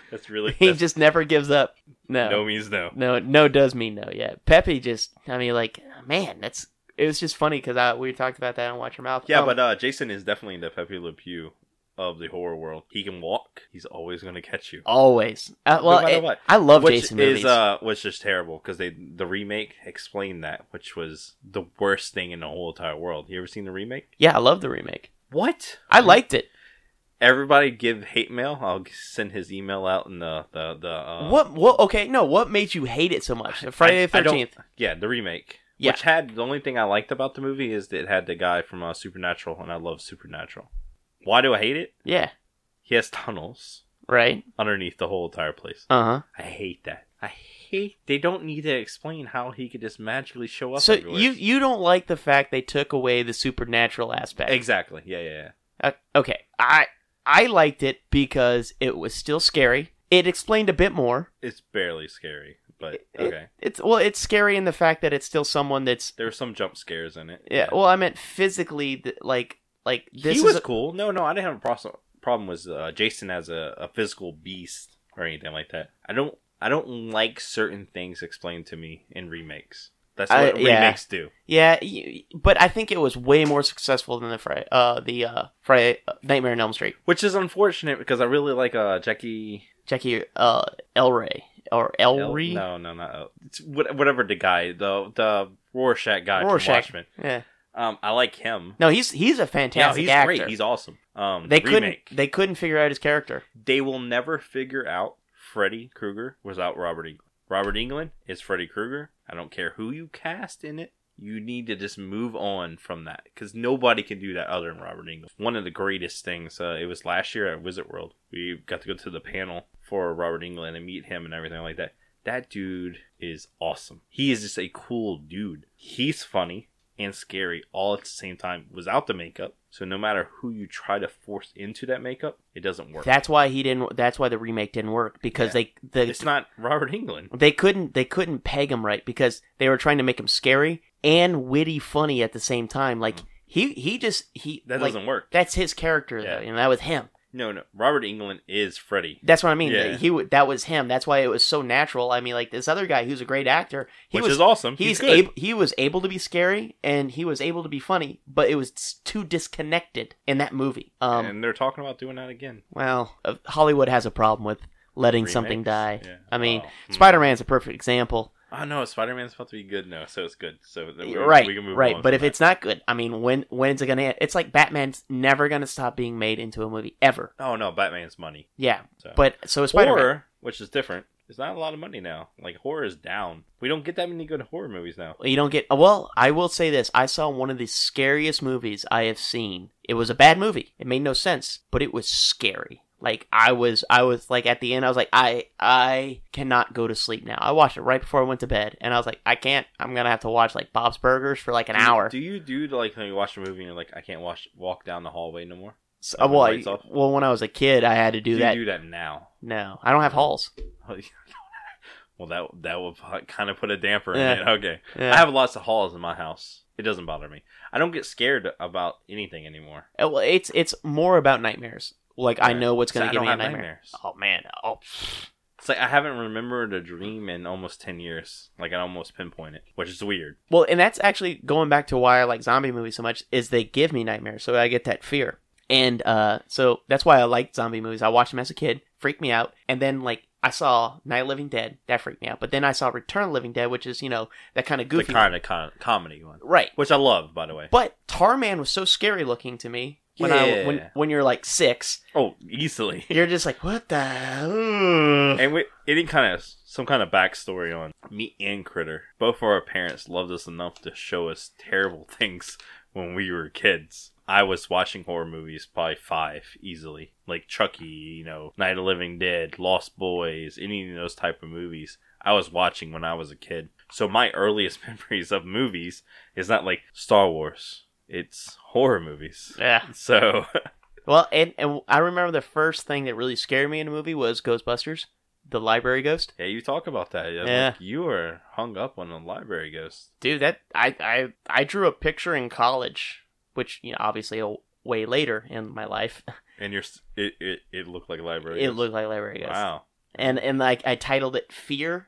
that's really. he that's- just uh, never gives up. no means no. No, no does mean no. Yeah, Pepe just. I mean, like, man, that's. It was just funny because we talked about that on Watch Your Mouth. Yeah, Um, but uh, Jason is definitely the Pepe Le Pew of the horror world. He can walk. He's always gonna catch you. Always. Uh, well, no matter it- what. I love which Jason is movies. uh, which is terrible because they the remake explained that, which was the worst thing in the whole entire world. You ever seen the remake? yeah, I love the remake. What? I liked it. Everybody give hate mail. I'll send his email out in the the the. Uh, what? What? Okay, no. What made you hate it so much? Friday the I- I don't- Thirteenth. Yeah, the remake. Yeah. Which had the only thing I liked about the movie is that it had the guy from uh, Supernatural, and I love Supernatural. Why do I hate it? Yeah. He has tunnels Right. underneath the whole entire place. Uh huh. I hate that. I hate. They don't need to explain how he could just magically show up. So everywhere. you you don't like the fact they took away the supernatural aspect? exactly. Yeah, yeah, yeah. Uh, okay. I I liked it because it was still scary. It explained a bit more. It's barely scary, but It- okay. It's well, it's scary in the fact that it's still someone that's There were some jump scares in it. yeah. Well, I meant physically, th- like like this he is was a- cool. No, no, I didn't have a problem. Problem was uh, Jason as a, a physical beast or anything like that. I don't, I don't like certain things explained to me in remakes. That's what I- yeah. remakes do. Yeah, y- but I think it was way more successful than the Friday, uh, the uh, Friday uh, Nightmare on Elm Street. Which is unfortunate because I really like uh Jackie. Jackie uh, Elray or Elry, No, no, not El- it's what, whatever the guy, the the Rorschach guy from Rorschach. Watchmen. Yeah, Um, I like him. no, he's he's a Yeah, fantastic he's actor. great. He's awesome. Um, they the remake. couldn't they couldn't figure out his character. they will never figure out Freddy Krueger without Robert Englund. Robert Englund is Freddy Krueger. I don't care who you cast in it. you need to just move on from that because nobody can do that other than Robert England. One of the greatest things, uh, it was last year at Wizard World. We got to go to the panel for Robert England and meet him and everything like that. That dude is awesome. He is just a cool dude. He's funny and scary all at the same time without the makeup. So no matter who you try to force into that makeup, it doesn't work. That's why he didn't. That's why the remake didn't work because they the it's not Robert England. they couldn't they couldn't peg him right because they were trying to make him scary and witty funny at the same time like he he just he Mm. That like, doesn't work. that's his character Yeah. though you know that was him No, no. Robert England is Freddy. that's what i mean Yeah. he w- that was him that's why it was so natural i mean like this other guy who's a great actor he Which was is awesome. He's he's good. able he was able to be scary and he was able to be funny but it was s- too disconnected in that movie um and they're talking about doing that again. well uh, hollywood has a problem with letting Remakes? something die Yeah. i mean Wow. Hmm. spider-man's a perfect example Oh no, Spider Man's supposed to be good now, so it's good. So that we, right, we can move right. on But from if that. it's not good, I mean, when when's it gonna end? It's like Batman's never gonna stop being made into a movie ever. oh no, Batman's money. Yeah, So. but so is Spider Man. horror, which is different. There's not a lot of money now. Like horror is down. We don't get that many good horror movies now. You don't get uh, well. I will say this: I saw one of the scariest movies I have seen. It was a bad movie. It made no sense, but it was scary. Like I was, I was like at the end, I was like, I, I cannot go to sleep now. I watched it right before I went to bed, and I was like, I can't. I'm gonna have to watch like Bob's Burgers for like an Do you- hour. Do you do like when you watch a movie and you're like, I can't watch walk down the hallway no more? So- Turn the uh, well, lights I- off? well, when I was a kid, I had to do you that. do that now. No, I don't have halls. well, that that will kind of put a damper in Yeah. it. Okay, Yeah. I have lots of halls in my house. It doesn't bother me. I don't get scared about anything anymore. Uh, Well, it's it's more about nightmares. Like I Yeah. know what's So going I to don't give me a have nightmare. nightmares. Oh man. Oh. It's like I haven't remembered a dream in almost ten years. Like I almost pinpoint it, which is weird. Well, and that's actually going back to why I like zombie movies so much is they give me nightmares, so I get that fear. And uh, so that's why I like zombie movies. I watched them as a kid, freaked me out, and then like I saw Night of Living Dead, that freaked me out. But then I saw Return of the Living Dead, which is you know that kind of goofy, The kind of con- comedy one, right? which I love, by the way. But Tarman was so scary looking to me when I Yeah. when when you're like six, Oh, easily. you're just like what the. and we any kind of some kind of backstory on me and Critter. Both of our parents loved us enough to show us terrible things when we were kids. I was watching horror movies probably five easily, like Chucky, you know, Night of the Living Dead, Lost Boys, any of those type of movies. I was watching when I was a kid. So my earliest memories of movies is not like Star Wars. It's horror movies. Yeah. So Well, and, and I remember the first thing that really scared me in a movie was Ghostbusters, the library ghost. yeah, you talk about that. Yeah, Yeah. like, you were hung up on a library ghost. Dude, that I I I drew a picture in college, which you know obviously a way later in my life, And you're s- it it, it looked like a library. it ghost. looked like library ghost. wow. And and like I titled it Fear,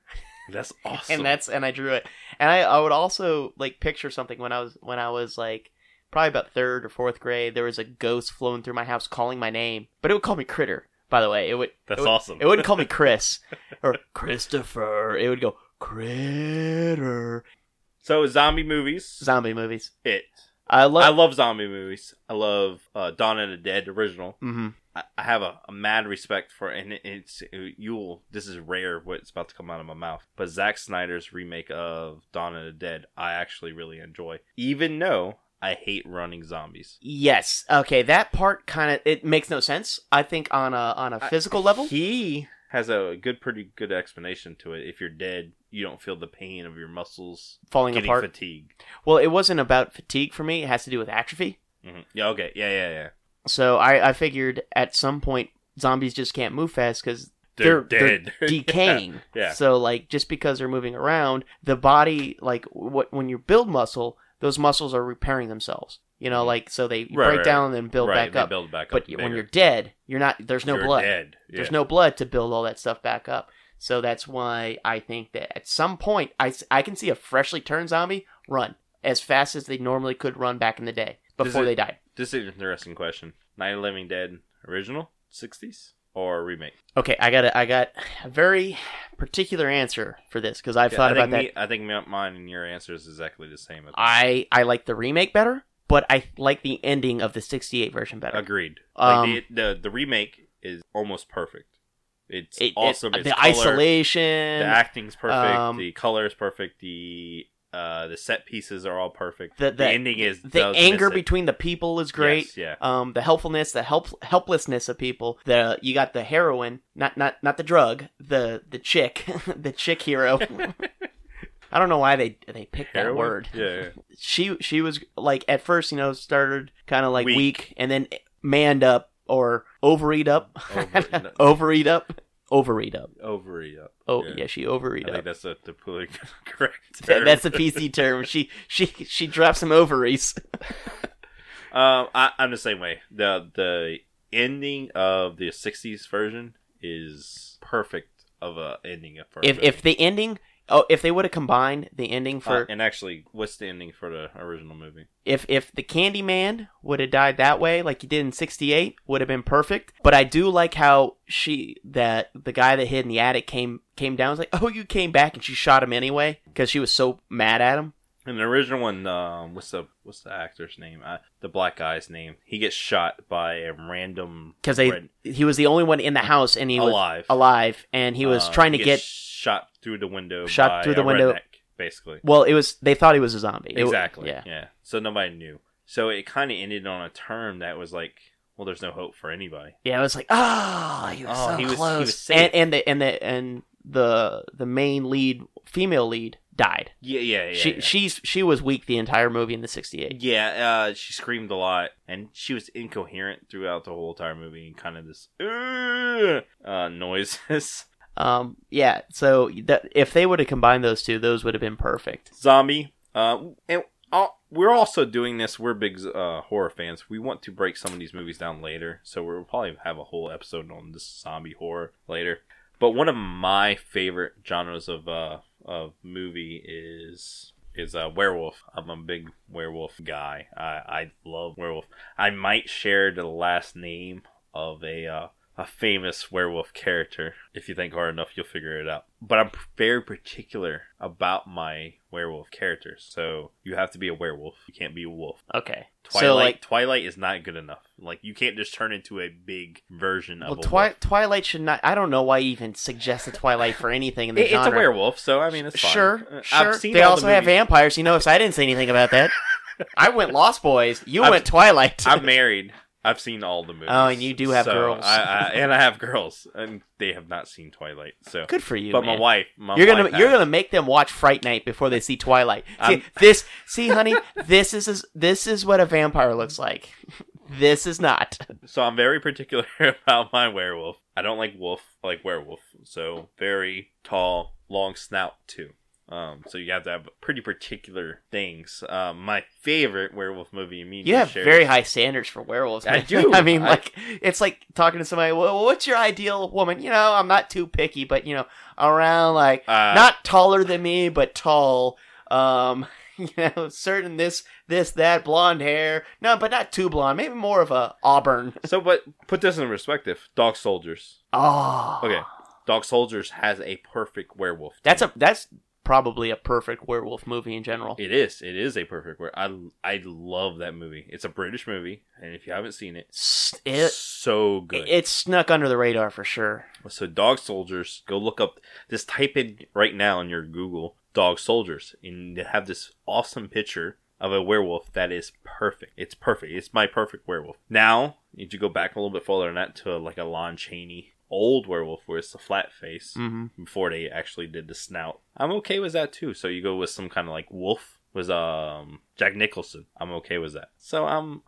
That's awesome. and that's and I drew it. And I I would also like picture something when I was when I was like probably about third or fourth grade. There was a ghost flowing through my house calling my name, but it would call me Critter. By the way, it would that's it would- awesome. It wouldn't call me Chris or Christopher. It would go Critter. so zombie movies. Zombie movies. it. I love. I love zombie movies. I love uh, Dawn of the Dead original. hmm I, I have a, a mad respect for, and it, it's you'll. This is rare. What's about to come out of my mouth, but Zack Snyder's remake of Dawn of the Dead, I actually really enjoy, even though I hate running zombies. Yes. Okay. That part kind of it makes no sense. I think on a on a I- physical level. He has a good, pretty good explanation to it. If you're dead, you don't feel the pain of your muscles Falling getting apart. fatigued. well, it wasn't about fatigue for me. It has to do with atrophy. hmm Yeah. Okay. Yeah. Yeah. Yeah. So I, I figured at some point zombies just can't move fast because They're dead. Yeah. decaying. Yeah. So like just because they're moving around, the body like what when you build muscle, those muscles are repairing themselves. You know, like so they Mm-hmm. Right, break right, down and then build right, back they up. Build back but up you- bigger. when you're dead, you're not. There's no You're blood. Dead. Yeah. There's no blood to build all that stuff back up. So that's why I think that at some point, I, s- I can see a freshly turned zombie run as fast as they normally could run back in the day before it- they died. This is an interesting question. Night of the Living Dead original sixties or remake? Okay, I got a, I got a very particular answer for this because I've Yeah, thought I about think that. me- I think me- mine and your answer is exactly the same. I I like the remake better, but I like the ending of the '68 version better. agreed. Um, like the, the the remake is almost perfect. It's It- it- awesome. the it's color, isolation. The acting's perfect. um, the color is perfect. The Uh, the set pieces are all perfect. The- The, the- ending is the does anger miss it. between the people is great. Yes, yeah. Um, the helpfulness, the help helplessness of people. The you got the heroine, not not not the drug, the the chick, the chick hero. I don't know why they they picked that Heroin? word. Yeah, She she was like at first, you know, started kind of like weak. Weak. and then manned up or overeat up, Overeat up. overeat up, overeat up. overeat up. Oh yeah, Yeah. she overeat I up. think that's the, the politically correct Th- term. That's the PC term. She she she dropped some ovaries. Um, I, I'm the same way. the The ending of the '60s version is perfect of a ending for a if movie. if the ending oh if they would have combined the ending Uh, for and actually, what's the ending for the original movie? if if the Candyman would have died that way like he did in 68 would have been perfect but I do like how she that the guy that hid in the attic came came down was like oh you came back and she shot him anyway because she was so mad at him In the original one, um, what's the what's the actor's name? Uh, the black guy's name. He gets shot by a random because they red- he was the only one in the house and he Alive. was alive and he was uh, trying to he get gets shot through the window. Shot by through the a window. redneck, basically. well it was they thought he was a zombie It- Exactly. yeah yeah. So nobody knew. So it kind of ended on a term that was like, well, there's no hope for anybody. Yeah, I was like, oh, he was Oh, so he was- he close. was safe. And, and the and the and the the main lead, female lead, died. Yeah, yeah, yeah. she yeah. she's she was weak the entire movie in the '68. Yeah, uh, she screamed a lot, and she was incoherent throughout the whole entire movie, and kind of this "Ugh," uh, noises. Um, yeah. So that if they would have combined those two, those would have been perfect. Zombie, uh, and all, we're also doing this. We're big uh, horror fans. We want to break some of these movies down later, so we'll probably have a whole episode on this zombie horror later. But one of my favorite genres of uh, of movie is is uh, werewolf. I'm a big werewolf guy. I, I love werewolf. I might share the last name of a uh, a famous werewolf character. If you think hard enough, you'll figure it out. But I'm very particular about my werewolf characters. So you have to be a werewolf. You can't be a wolf. Okay. Twilight so like, Twilight is not good enough. Like you can't just turn into a big version well, of a Twi- wolf. Twilight should not. I don't know why you even suggested Twilight for anything in the It- genre. it's a werewolf, so I mean it's fine. Sure, Uh, sure. I've seen they all also the have movies. vampires. You notice I didn't say anything about that. I went Lost Boys. You I've- went Twilight. I'm married. I've seen all the movies. Oh, and you do have So, girls. I, I, and I have girls, and they have not seen Twilight. So Good for you. But man. my wife, my you're gonna wife you're has. gonna make them watch Fright Night before they see Twilight. See, I'm- this see, honey, this is this is what a vampire looks like. This is not. So I'm very particular about my werewolf. I don't like wolf, I like werewolf. So very tall, long snout too. Um, so you have to have pretty particular things. Um, my favorite werewolf movie. Me and You have shared- very high standards for werewolves. I man. do. I mean, I- like it's like talking to somebody. Well, what's your ideal woman? You know, I'm not too picky, but you know, around like Uh, not taller than me, but tall. Um, you know, certain this this that blonde hair. No, but not too blonde. Maybe more of a auburn. So, but put this in perspective. Dog Soldiers. Oh, Okay, Dog Soldiers has a perfect werewolf. That's a that's probably a perfect werewolf movie in general. It is. It is a perfect were. I I love that movie. It's a British movie, and if you haven't seen it, S- it's It, so good. it, snuck under the radar for sure. So dog soldiers, go look up this type in right now in your Google dog soldiers and they have this awesome picture of a werewolf that is perfect. It's perfect. It's my perfect werewolf. Now, need to go back a little bit further than that to like a Lon Chaney old werewolf where it's the flat face Mm-hmm. before they actually did the snout. I'm okay with that too. So you go with some kind of like wolf was um Jack Nicholson. I'm okay with that. So I'm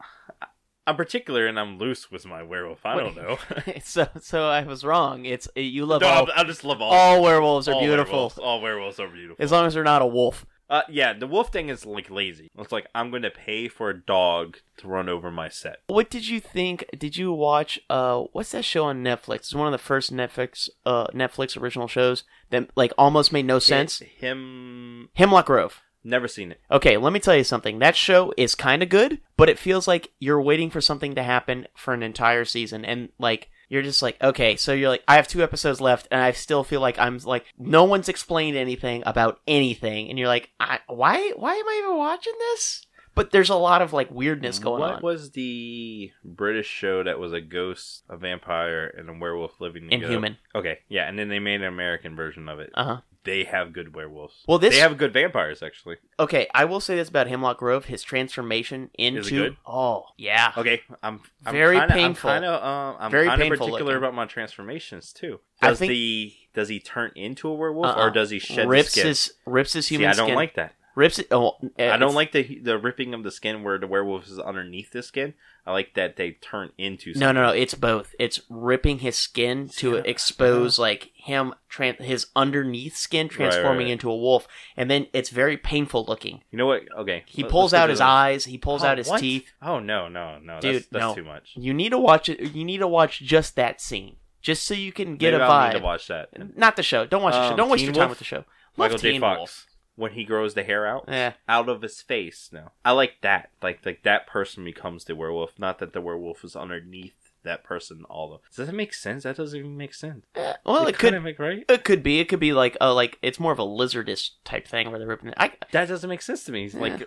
I'm particular and I'm loose with my werewolf. I don't know. so so I was wrong. It's you love No, all, I'm- I just love all. all werewolves are all beautiful werewolves- all werewolves are beautiful. as long as they're not a wolf. Uh, yeah, the wolf thing is like lazy. It's like I'm going to pay for a dog to run over my set. What did you think? Did you watch uh what's that show on Netflix? It's one of the first Netflix uh Netflix original shows that like almost made no sense. It- him Hemlock Grove. never seen it. Okay, let me tell you something. That show is kind of good, but it feels like you're waiting for something to happen for an entire season and like you're just like, okay, so you're like I have two episodes left and I still feel like I'm like no one's explained anything about anything and you're like, I, why why am I even watching this? But there's a lot of like weirdness going what on. was the British show that was a ghost, a vampire, and a werewolf living together? Inhuman. Okay, yeah, and then they made an American version of it. Uh-huh. they have good werewolves. Well, this- they have good vampires actually. Okay, I will say this about Hemlock Grove: his transformation into good? oh yeah, Okay, I'm, I'm Very kinda, painful. I'm kind of um, I'm Very kind of painful particular looking. about my transformations too. I Does think- the does he turn into a werewolf Uh-uh. or does he shed rips the skin? his rips his See, human I don't skin. like that. rips it. Oh, I don't like the the ripping of the skin where the werewolf is underneath the skin. I like that they turn into No, no, no. It's both. It's ripping his skin to expose like him, tran his underneath skin right, transforming right. into a wolf, and then it's very painful looking. You know what? Okay. He let- pulls let's go out to his the- eyes. He pulls Oh, out his what? teeth. Oh no, no, no, Dude, that's, that's no. too much. You need to watch it. You need to watch just that scene, just so you can get Maybe a I'll need vibe. to watch that. Not the show. Don't watch the show. Um, Don't waste Teen your time Wolf? with the show. Michael Love J. Teen Fox Wolf. when he grows the hair out, Yeah. out of his face. No, I like that. Like like that person becomes the werewolf. Not that the werewolf is underneath that person. All the does that make sense? That doesn't even make sense. Eh, Well, it could. not make right. It could be. It could be like a like. It's more of a lizardish type thing where they're ripping. It. I That doesn't make sense to me. It's Like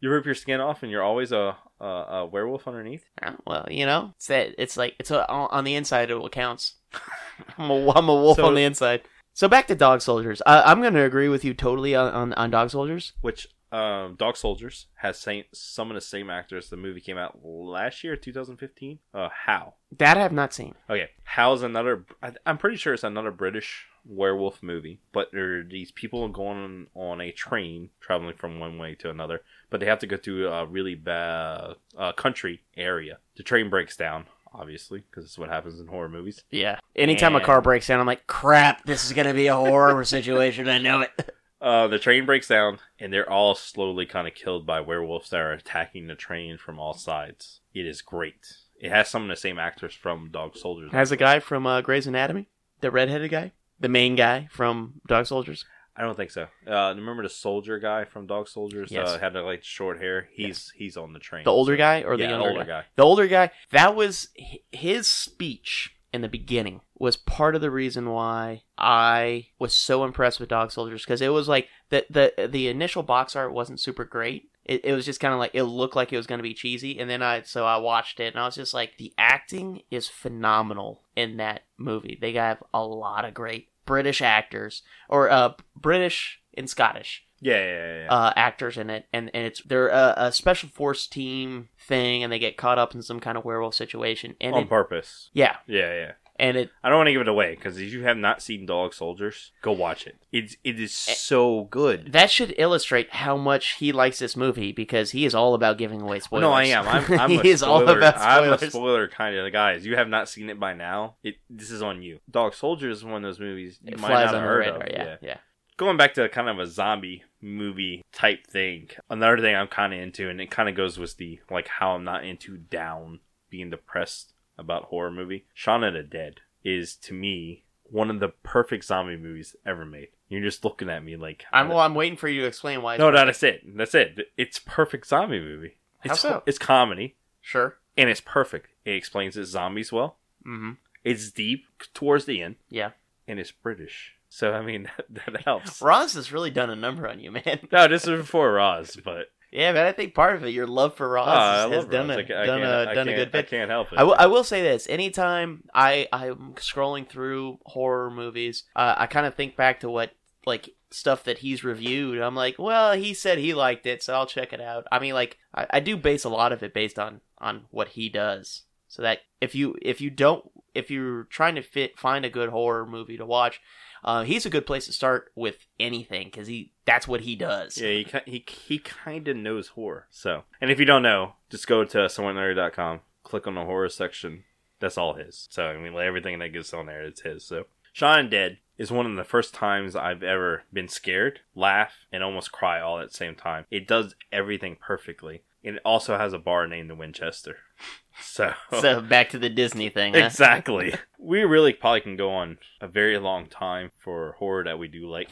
you rip your skin off and you're always a a, a werewolf underneath. Uh, well, you know, it's that it's like it's a, on on the inside it what counts. I'm a, I'm a wolf So- on the inside. So back to Dog Soldiers. Uh, I'm going to agree with you totally on, on, on Dog Soldiers. Which um, Dog Soldiers has same, some of the same actors. The movie came out last year, 2015. Uh, how? That I have not seen. Okay, how's another? I- I'm pretty sure it's another British werewolf movie, but there are these people going on a train traveling from one way to another, but they have to go through a really bad uh, country area. The train breaks down, obviously, because it's what happens in horror movies. Yeah. Anytime a car breaks down, I'm like, crap, this is going to be a horror situation. I know it. Uh, the train breaks down, and they're all slowly kind of killed by werewolves that are attacking the train from all sides. It is great. It has some of the same actors from Dog Soldiers. Has the guy from uh, Grey's Anatomy, the redheaded guy, the main guy from Dog Soldiers. I don't think so. Uh, remember the soldier guy from Dog Soldiers? Yes. Uh, had the like short hair. He's he's on the train. The older guy or the Yeah, younger older guy. The older guy. That was hi- his speech in the beginning was part of the reason why I was so impressed with Dog Soldiers because it was like the the the initial box art wasn't super great. It, it was just kind of like it looked like it was going to be cheesy, and then I so I watched it and I was just like the acting is phenomenal in that movie. They have a lot of great British actors or uh British and Scottish Yeah, yeah, yeah. yeah. uh, actors in it, and, and it's they're a, a special force team thing, and they get caught up in some kind of werewolf situation. And on it- purpose. yeah, Yeah, yeah. and it I don't want to give it away because if you have not seen Dog Soldiers, go watch it. It's it is Eh, so good. that should illustrate how much he likes this movie because he is all about giving away spoilers. No, I am. I'm, I'm a he is all spoiler- about spoilers. I'm a spoiler kind of guy. If you have not seen it by now, it this is on you. Dog Soldiers is one of those movies you it might flies not have under the heard radar. of. yeah, yeah, going back to kind of a zombie movie type thing another thing i'm kind of into and it kind of goes with the like how i'm not into down being depressed about horror movie shaun of the dead is to me one of the perfect zombie movies ever made you're just looking at me like I'm. Well, I'm waiting for you to explain why. no no, that's it that's it it's perfect zombie movie How it's, so? it's comedy sure. and it's perfect it explains its zombies well Mm-hmm. it's deep towards the end Yeah, and it's british so i mean that, that helps Roz has really done a number on you, man. no this is before Roz, but Yeah, man. I think part of it, your love for Roz Oh, I has, has love done Roz. a I ca- I done can't- a I done a can't- good bit. I can't help it. I will- I will say this: anytime I I'm scrolling through horror movies, uh, I kind of think back to what like stuff that he's reviewed. I'm like, well, he said he liked it, so I'll check it out. I mean, like I, I do base a lot of it based on on what he does. So that if you if you don't if you're trying to fit find a good horror movie to watch, uh, he's a good place to start with anything because he that's what he does. yeah, he ki- he he kind of knows horror. So, and if you don't know, just go to someonelarry.com, click on the horror section. That's all his. So, I mean, like, everything that gets on there, it's his. So, Shaun Dead is one of the first times I've ever been scared, laugh, and almost cry all at the same time. It does everything perfectly. And it also has a bar named the Winchester. So, So back to the Disney thing. huh? exactly. we really probably can go on a very long time for horror that we do like.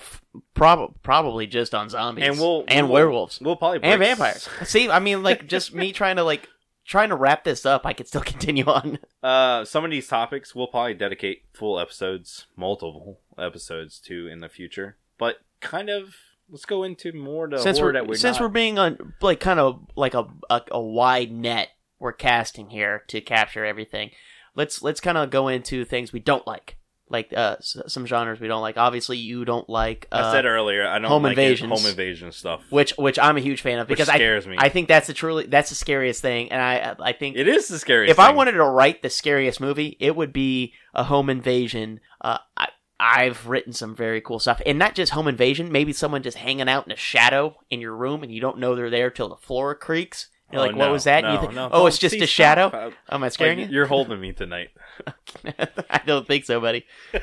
Prob- probably just on zombies and we'll and we'll- werewolves We'll probably and break- vampires. See, I mean, like just me trying to like trying to wrap this up, I could still continue on. Uh, some of these topics we'll probably dedicate full episodes, multiple episodes to in the future. But kind of let's go into more to since horror we're that we're since not- we're being on like kind of like a, a a wide net we're casting here to capture everything. Let's let's kind of go into things we don't like. like uh, s- some genres we don't like. Obviously, you don't like uh, I said earlier, I don't home like his invasions. home invasion stuff. which which I'm a huge fan of Which because scares I me. I think that's the truly that's the scariest thing, and I I think it is the scariest. if I thing. wanted to write the scariest movie, it would be a home invasion. Uh, I, I've written some very cool stuff, and not just home invasion. Maybe someone just hanging out in a shadow in your room, and you don't know they're there till the floor creaks. You're Oh, like, what no, was that? And you no, think, no. oh, it's Don't just please a shadow. stop. Oh, am I Like, scaring you? you're holding me tonight. I don't think so, buddy.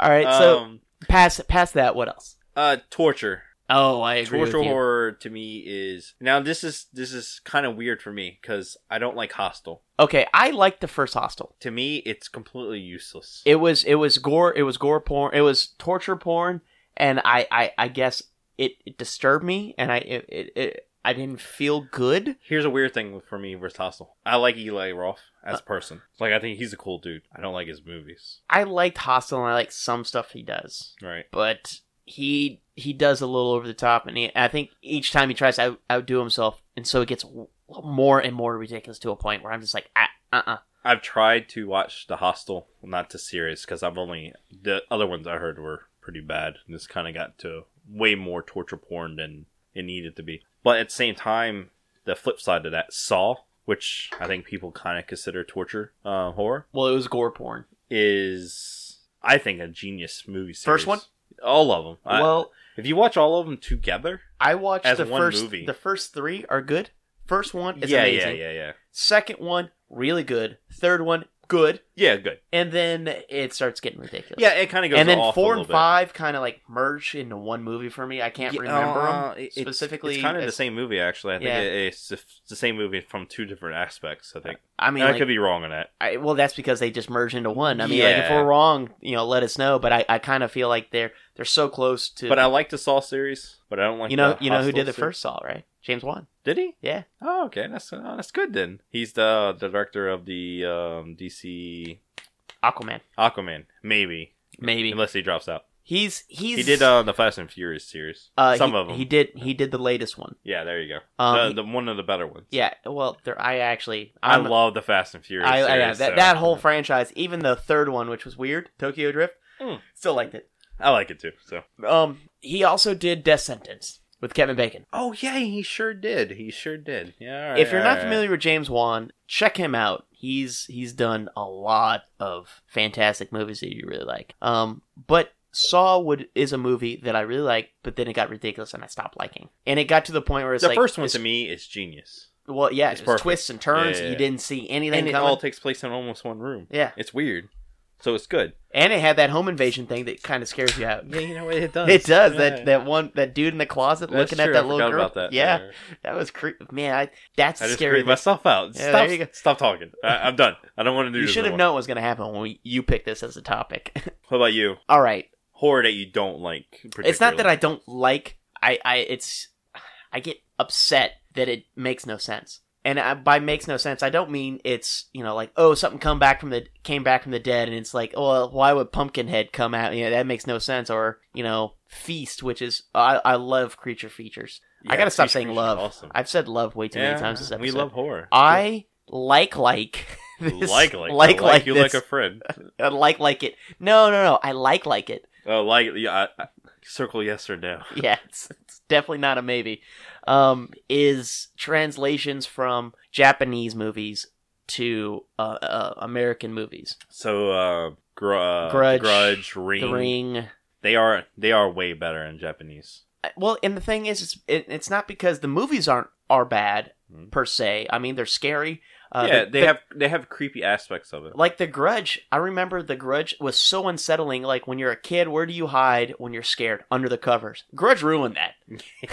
All right, so um, pass pass that. What else? uh, torture. Oh, I agree Torture with you. horror to me is now this is this is kind of weird for me because I don't like Hostel. Okay, I liked the first Hostel. To me, it's completely useless. It was it was gore. It was gore porn. It was torture porn, and I I, I guess it, it disturbed me, and I it, it, it I didn't feel good. Here's a weird thing for me versus Hostel. I like Eli Roth as a person. Like I think he's a cool dude. I don't like his movies. I liked Hostel, and I like some stuff he does, Right. but he he does a little over the top, and he, I think each time he tries to out, outdo himself, and so it gets w- more and more ridiculous to a point where I'm just like, ah, uh, uh I've tried to watch the Hostel, not the series, because I've only the other ones I heard were pretty bad. This kind of got to way more torture porn than it needed to be. But at the same time, the flip side of that, Saw, which I think people kind of consider torture uh, horror, Well, it was gore porn. is I think a genius movie series. First one? all of them. I- well, if you watch all of them together, I watched As the one first. movie. The first three are good. First one is yeah, amazing. yeah, yeah, yeah, Second one really good. Third one good, yeah, good. and then it starts getting ridiculous. Yeah, it kind of goes. and then off a four little and bit. five kind of like merge into one movie for me. I can't remember uh, them it- it's- specifically. It's kind of the as- same movie, actually. I think Yeah. it- it's the- the same movie from two different aspects. I think I I, mean, like, could be wrong on that. I, well, that's because they just merge into one. I mean, like if Yeah. we're wrong, you know, let us know. But I, I kind of feel like they're they're so close to. But I like the Saw series, but I don't like. you know, the you know who Hostel did the series. first Saw, right? James Wan. Did he? Yeah. Oh, okay. That's oh, that's good then. He's the director of the um, DC Aquaman, Aquaman, maybe, maybe. unless he drops out. He's he's He did uh, the Fast and Furious series. uh, Some he- of them. He did he did the latest one. yeah, there you go. Um, the, he- the one of the better ones. Yeah, well, there, I actually I I'm, love the Fast and Furious. I, I, yeah, series, that, so- that whole franchise, even the third one, which was weird, Tokyo Drift, Mm. still liked it. I like it too. So. Um, he also did Death Sentence with Kevin Bacon. Oh yeah, he sure did. He sure did. Yeah. if you're not familiar with James Wan, check him out. He's he's done a lot of fantastic movies that you really like. Um, but Saw would is a movie that I really like, but then it got ridiculous and I stopped liking. And it got to the point where it's the like first one it's- to me is genius, well, yeah, it's it's perfect. twists and turns. Yeah, yeah, You yeah. didn't see anything and it coming. all takes place in almost one room. yeah, It's weird, so it's good. and it had that home invasion thing that kind of scares you out. Yeah, you know what it does. It does that that one that dude in the closet That's looking true, at that I little forgot girl. about that. Yeah, Yeah. that was creepy. Man, I, that's I just scary. freaked myself out. Yeah, stop, there you go. stop talking. I, I'm done. I don't want to do You this. should have anymore. known what was going to happen when we, you picked this as a topic. What about you? All right, Horror that you don't like. it's not that particularly. I don't like. I, I it's I get upset that it makes no sense. And I, by makes no sense, I don't mean it's you know like oh something come back from the came back from the dead, and it's like oh well, why would Pumpkinhead come out? You know that makes no sense. Or you know Feast, which is I, I love creature features. I Yeah, gotta stop Creature saying Feature is love. awesome. I've said love way too many Yeah, times this episode. We love horror. I like like this, like like like like, like you like this. a friend. I like like it. No no no. I like like it. Oh, like yeah. I, I, circle yes or no. yeah, it's, it's definitely not a maybe. Um, is translations from Japanese movies to uh, uh, American movies. So uh, gr- uh, Grudge, grudge, ring. The Ring. They are they are way better in Japanese. I- Well, and the thing is, it's, it, it's not because the movies aren't are bad Mhm. per se. I mean, they're scary. Uh, yeah, the- they the- have they have creepy aspects of it. like the grudge i remember the grudge was so unsettling like when you're a kid where do you hide when you're scared under the covers grudge ruined that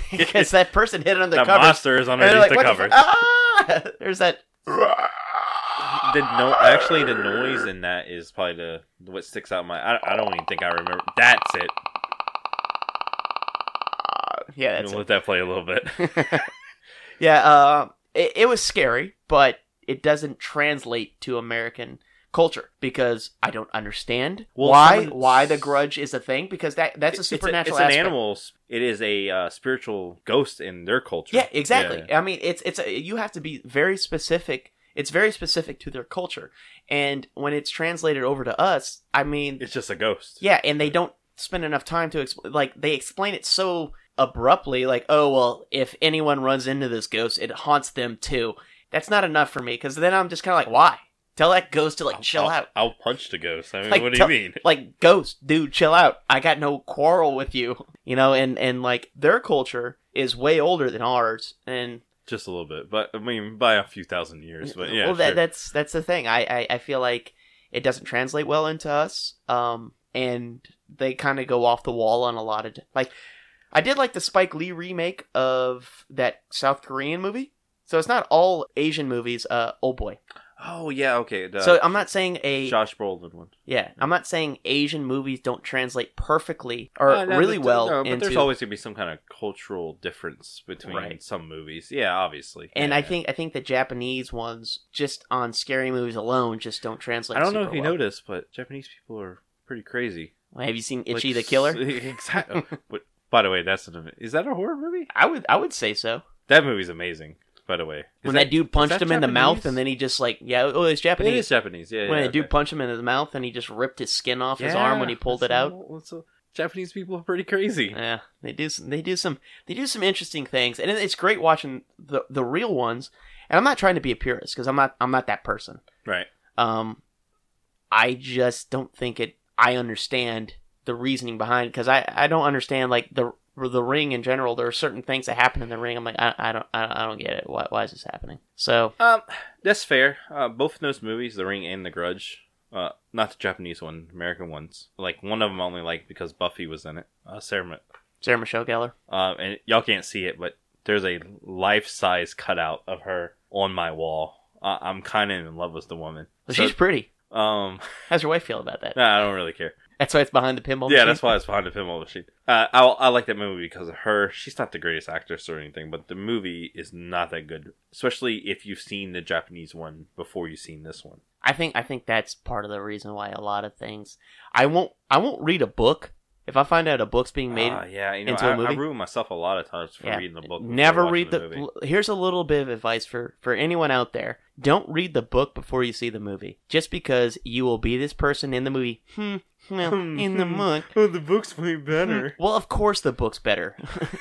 because that person hid under the, the covers monster is and they're underneath like, the "What the covers. fu- ah! there's that the no, actually, the noise in that is probably the what sticks out in my. I, I don't even think I remember. That's it. yeah that's We'll let it. that play a little bit. yeah uh, it, it was scary but it doesn't translate to american culture because i don't understand Well, why someone- why the grudge is a thing because that that's a It's supernatural It's, an aspect. animal. It is a uh, spiritual ghost in their culture. Yeah, exactly. Yeah. I mean, it's it's a, you have to be very specific It's very specific to their culture. And when it's translated over to us, I mean, It's just a ghost. yeah, and they don't spend enough time to explain. Like they explain it so abruptly, like, "Oh well, if anyone runs into this ghost, it haunts them too." That's not enough for me because then I'm just kind of like, "Why?" Tell that ghost to like chill I'll, out. I'll punch the ghost. I mean, Like, what do tell- you mean? Like ghost, dude, chill out. I got no quarrel with you, you know. And and like their culture is way older than ours, and Just a little bit, but I mean, by a few thousand years. But yeah, well, that, sure. that's that's the thing. I, I I feel like it doesn't translate well into us. Um, and they kind of go off the wall on a lot of di- like. I did like the Spike Lee remake of that South Korean movie. So it's not all Asian movies. Uh, oh boy. oh yeah, okay. The so I'm not saying a Josh Brolin one. yeah. I'm not saying Asian movies don't translate perfectly or Uh, no, really but- well no, but into there's always gonna be some kind of cultural difference between Right. some movies. Yeah, obviously. And Yeah. I think I think the Japanese ones just on scary movies alone just don't translate. I don't know if super you well. noticed, but Japanese people are pretty crazy. Have you seen Like, Itchy the Killer? exactly. but by the way, that's an, is that a horror movie? I would I would say so. That movie's amazing. By the way, Is when that, dude punched that him in the mouth Japanese? and then he just like yeah oh it's Japanese. it is Japanese. Yeah, when yeah, that dude okay. punched him in his mouth and he just ripped his skin off his arm when he Yeah, pulled it that's out. a- that's a- Japanese people are pretty crazy. Yeah, they do some they do some they do some interesting things and it- it's great watching the the real ones. And I'm not trying to be a purist because I'm not I'm not that person. Right. Um, I just don't think it. I understand the reasoning behind because I I don't understand like the the ring in general. There are certain things that happen in the ring. I'm like I, I don't I, I don't get it. Why why is this happening? So Um, that's fair. Uh, both of those movies, The Ring and The Grudge, uh, not the Japanese one, American ones. Like one of them I only like because Buffy was in it. Uh, Sarah, Ma- Sarah Michelle Gellar. uh, and y'all can't see it, but there's a life-size cutout of her on my wall. Uh, I'm kind of in love with the woman. Well, So, she's pretty. um, How's your wife feel about that? nah, I don't really care. That's why it's behind the pinball. Yeah, machine? that's why it's behind the pinball machine. Uh, I I like that movie because of her. She's not the greatest actress or anything, but the movie is not that good, especially if you've seen the Japanese one before you've seen this one. I think I think that's part of the reason why a lot of things. I won't I won't read a book if I find out a book's being made. Ah, yeah, you know, into a I- I, movie? ruin myself a lot of times for Yeah. reading the book. before Never watching read the. movie. l- Here's a little bit of advice for for anyone out there. Don't read the book before you see the movie, just because you will be this person in the movie. Hmm. Well, in the book. Oh, the book's way better. Well, of course the book's better.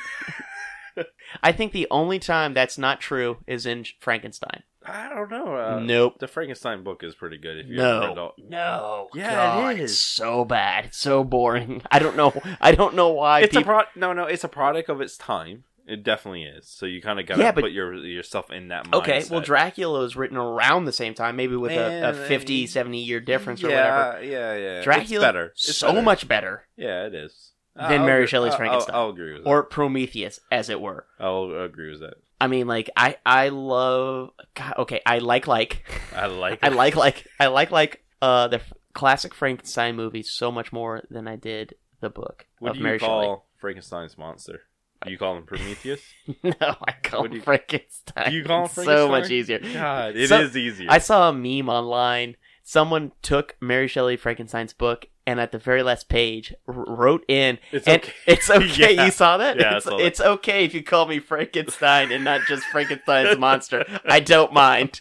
I think the only time that's not true is in Frankenstein. I don't know. Uh, Nope. The Frankenstein book is pretty good. If you haven't read Hmm. No, all- no, Yeah, it God, It's is. so bad, it's so boring. I don't know, I don't know why it's a people. pro- no, no. It's a product of its time. It definitely is. So you kind of gotta Yeah, but- put your yourself in that. Mindset. okay, well, Dracula was written around the same time, maybe with a, Yeah, a 50, they- 70 year difference yeah, or whatever. Yeah, yeah. Dracula, it's better. It's so better. much better Yeah, it is. than Mary agree- Shelley's I'll- Frankenstein. I'll, I'll agree with that. or Prometheus, as it were. I'll agree with that. I mean, like I, I love. God, okay, I like like. I like. I it. like like I like like uh the f- classic Frankenstein movie so much more than I did the book What of do you Mary call Frankenstein's monster? Do you call him Prometheus? Shelley. no, I call What do him you- Frankenstein. Do you call him It's so much Frankenstein? easier. God, it is So- easier. I saw a meme online. Someone took Mary Shelley Frankenstein's book and at the very last page r- wrote in It's and okay. it's okay Yeah. you saw that Yeah, I it's, saw that. it's okay if you call me Frankenstein and not just Frankenstein's monster I don't mind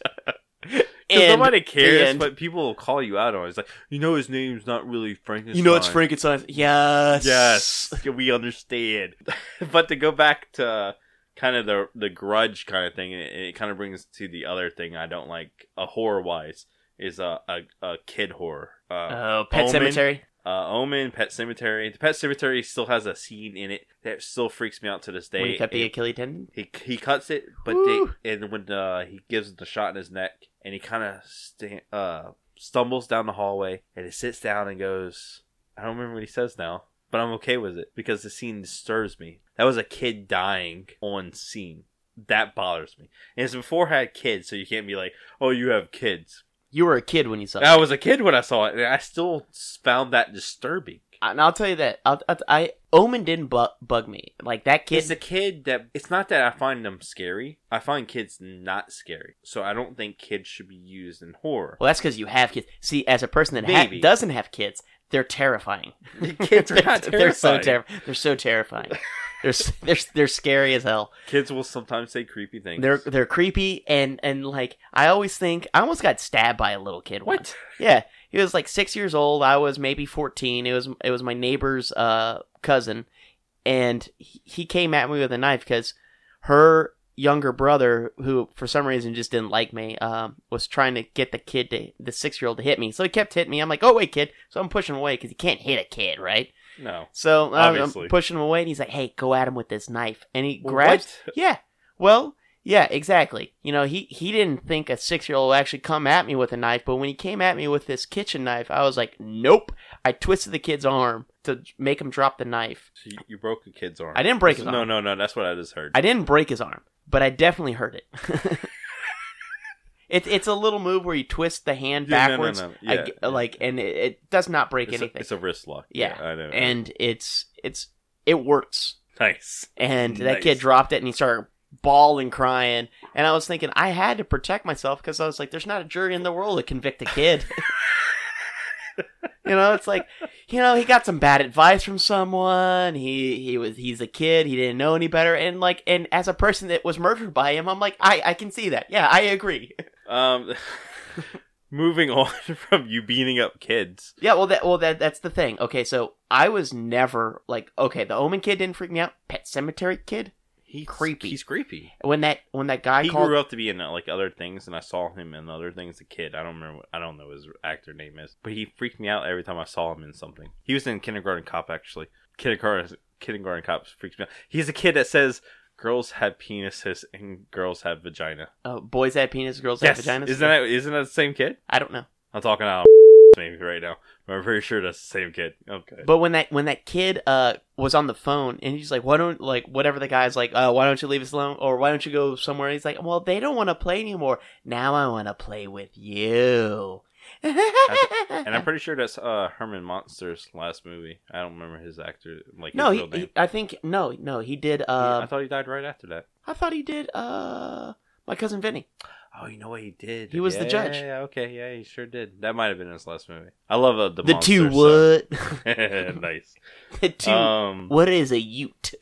'Cause End. nobody The cares, end. but people will call you out on. it. It's like you know his name's not really Frankenstein. you know it's Frankenstein's yes Yes, we understand. but to go back to kind of the the grudge kind of thing, it, it kind of brings to the other thing I don't like, uh, horror wise, is a a, a kid horror. Uh, oh Pet Omen. Cemetery uh, Omen, Pet Cemetery. The Pet Cemetery still has a scene in it that still freaks me out to this day. when he cut the It- Achilles tendon. he he cuts it, but Woo. they and when uh, he gives the shot in his neck, and he kind of sta- uh, stumbles down the hallway, and he sits down and goes, "I don't remember what he says now, but I'm okay with it because the scene disturbs me. That was a kid dying on scene." That bothers me. And it's before I had kids, so you can't be like, "Oh, you have kids." You were a kid when you saw I it, was a kid when I saw it, and I still found that disturbing. and I'll tell you that I'll, I'll, I Omen didn't bu- bug me like that kid. It's a kid that it's not that I find them scary. I find kids not scary. So I don't think kids should be used in horror. Well, that's because you have kids. See, as a person that ha- Maybe. doesn't have kids, they're terrifying. kids are not They're so terrifying. terrifying. They're so terrifying. They're s- they're s- they're scary as hell. Kids will sometimes say creepy things. They're they're creepy and and like I always think I almost got stabbed by a little kid. What? Yeah, he was like six years old. I was maybe fourteen. It was it was my neighbor's uh, cousin, and he, he came at me with a knife because her younger brother, who for some reason just didn't like me, um, was trying to get the kid to the six year old to hit me. So he kept hitting me. I'm like, oh wait, kid. So I'm pushing away because you can't hit a kid, right? no. So I'm, I'm Obviously. pushing him away, and he's like, "Hey, go at him with this knife." And he Well, grabs. what? Yeah. Well, yeah, exactly. You know, he he didn't think a six year old would actually come at me with a knife, but when he came at me with this kitchen knife, I was like, "Nope." I twisted the kid's arm to make him drop the knife. So you, you broke a kid's arm. I didn't break his no, arm. No, no, That's what I just heard. I didn't break his arm, but I definitely hurt it. It's, it's a little move where you twist the hand Yeah, no, no, backwards, no. I Yeah, g- yeah. like, and it, it does not break it's, anything. a, it's a wrist lock. yeah, I know. and it's it's it works. nice. and that Nice. kid dropped it and he started bawling crying and i was thinking i had to protect myself because i was like there's not a jury in the world to convict a kid you know it's like you know he got some bad advice from someone he he was he's a kid he didn't know any better and like and as a person that was murdered by him i'm like i i can see that yeah i agree Um, moving on from you beating up kids. yeah well that well that that's the thing okay so i was never like okay the omen kid didn't freak me out pet cemetery kid He's Creepy. He's creepy. when that when that guy he called grew up to be in uh, like other things, and I saw him in other things as a kid. I don't remember. What, I don't know what his actor name is, but he freaked me out every time I saw him in something. He was in Kindergarten Cop actually. Kindergarten Kindergarten Cop freaks me out. He's a kid that says girls have penises and girls have vagina. oh, boys had penis girls yes, had vaginas isn't that isn't that the same kid? I don't know. I'm talking out maybe right now, but I'm pretty sure that's the same kid. Okay. But when that when that kid uh was on the phone and he's like, why don't like whatever the guy's like, uh, why don't you leave us alone or why don't you go somewhere? he's like, well, they don't want to play anymore. Now I want to play with you. and I'm pretty sure that's uh, Herman Monster's last movie. I don't remember his actor like no, his he, real name. he. I think no, no, he did. Uh, I thought he died right after that. I thought he did. Uh, my cousin Vinny. Oh, you know what he did? He was the Yeah, judge. Yeah, yeah, okay, yeah, he sure did. That might have been his last movie. I love uh, the The two Monster, what? so- nice. the two. Um, what is a Ute?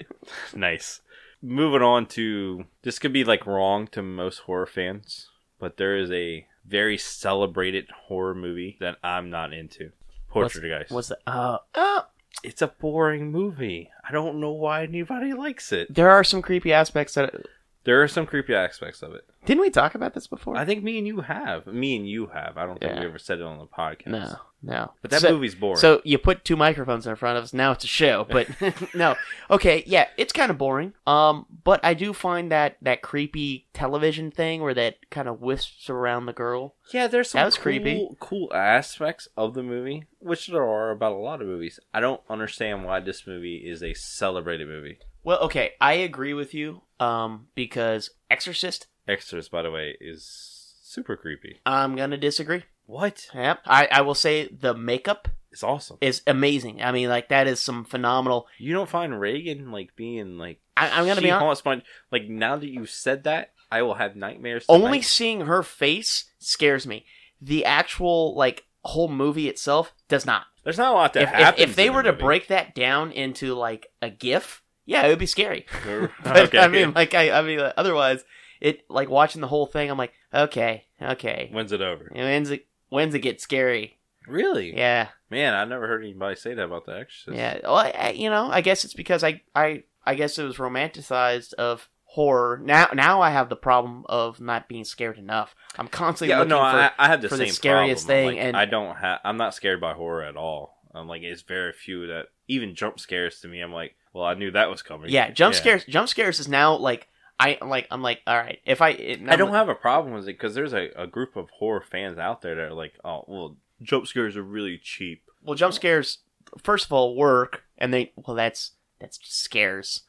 nice. Moving on to this could be like wrong to most horror fans, but there is a very celebrated horror movie that I'm not into. What's- Portrait Guys. What's the? Uh, uh, It's a boring movie. I don't know why anybody likes it. there are some creepy aspects that. There are some creepy aspects of it. Didn't we talk about this before? I think me and you have. Me and you have. I don't think Yeah. we ever said it on the podcast. No, no. But that So- movie's boring. So you put two microphones in front of us. Now it's a show, but no. Okay, yeah, it's kind of boring. Um, but I do find that that creepy television thing where that kind of wisps around the girl. Yeah, there's some That was cool, creepy. cool aspects of the movie, which there are about a lot of movies. I don't understand why this movie is a celebrated movie. Well, okay, I agree with you. Um, because Exorcist, Exorcist, by the way, is super creepy. I'm gonna disagree. What? Yep, I I will say the makeup It's awesome. is amazing. I mean, like that is some phenomenal. You don't find Reagan like being like I, I'm she gonna be honest. haunts my like now that you said that, I will have nightmares. only tonight. seeing her face scares me. The actual like whole movie itself does not. there's not a lot that if, if- happens. if, they in the were to movie. break that down into like a GIF, yeah, it would be scary. but Oh, okay, I mean, like I, I mean, like, otherwise, it like watching the whole thing. I'm like, okay, okay. when's it over? When's it? When's it get scary? Really? Yeah, Man, I never heard anybody say that about The Exorcist. yeah. Well, I, I- you know, I guess it's because I, I, I guess it was romanticized of horror. Now, now I have the problem of not being scared enough. I'm constantly yeah, looking no, for I, I have the for the same scariest problem. thing, Like, and- I don't have. I'm not scared by horror at all. I'm like, it's very few that even jump scares to me. I'm like, well, I knew that was coming. Yeah, jump scares. Jump scares is now like I like. I'm like, all right. If I, it, I don't have a problem with it because there's a, a group of horror fans out there that are like, oh, well, jump scares are really cheap. Well, jump scares. First of all, work, and they. Well, that's that's just scares.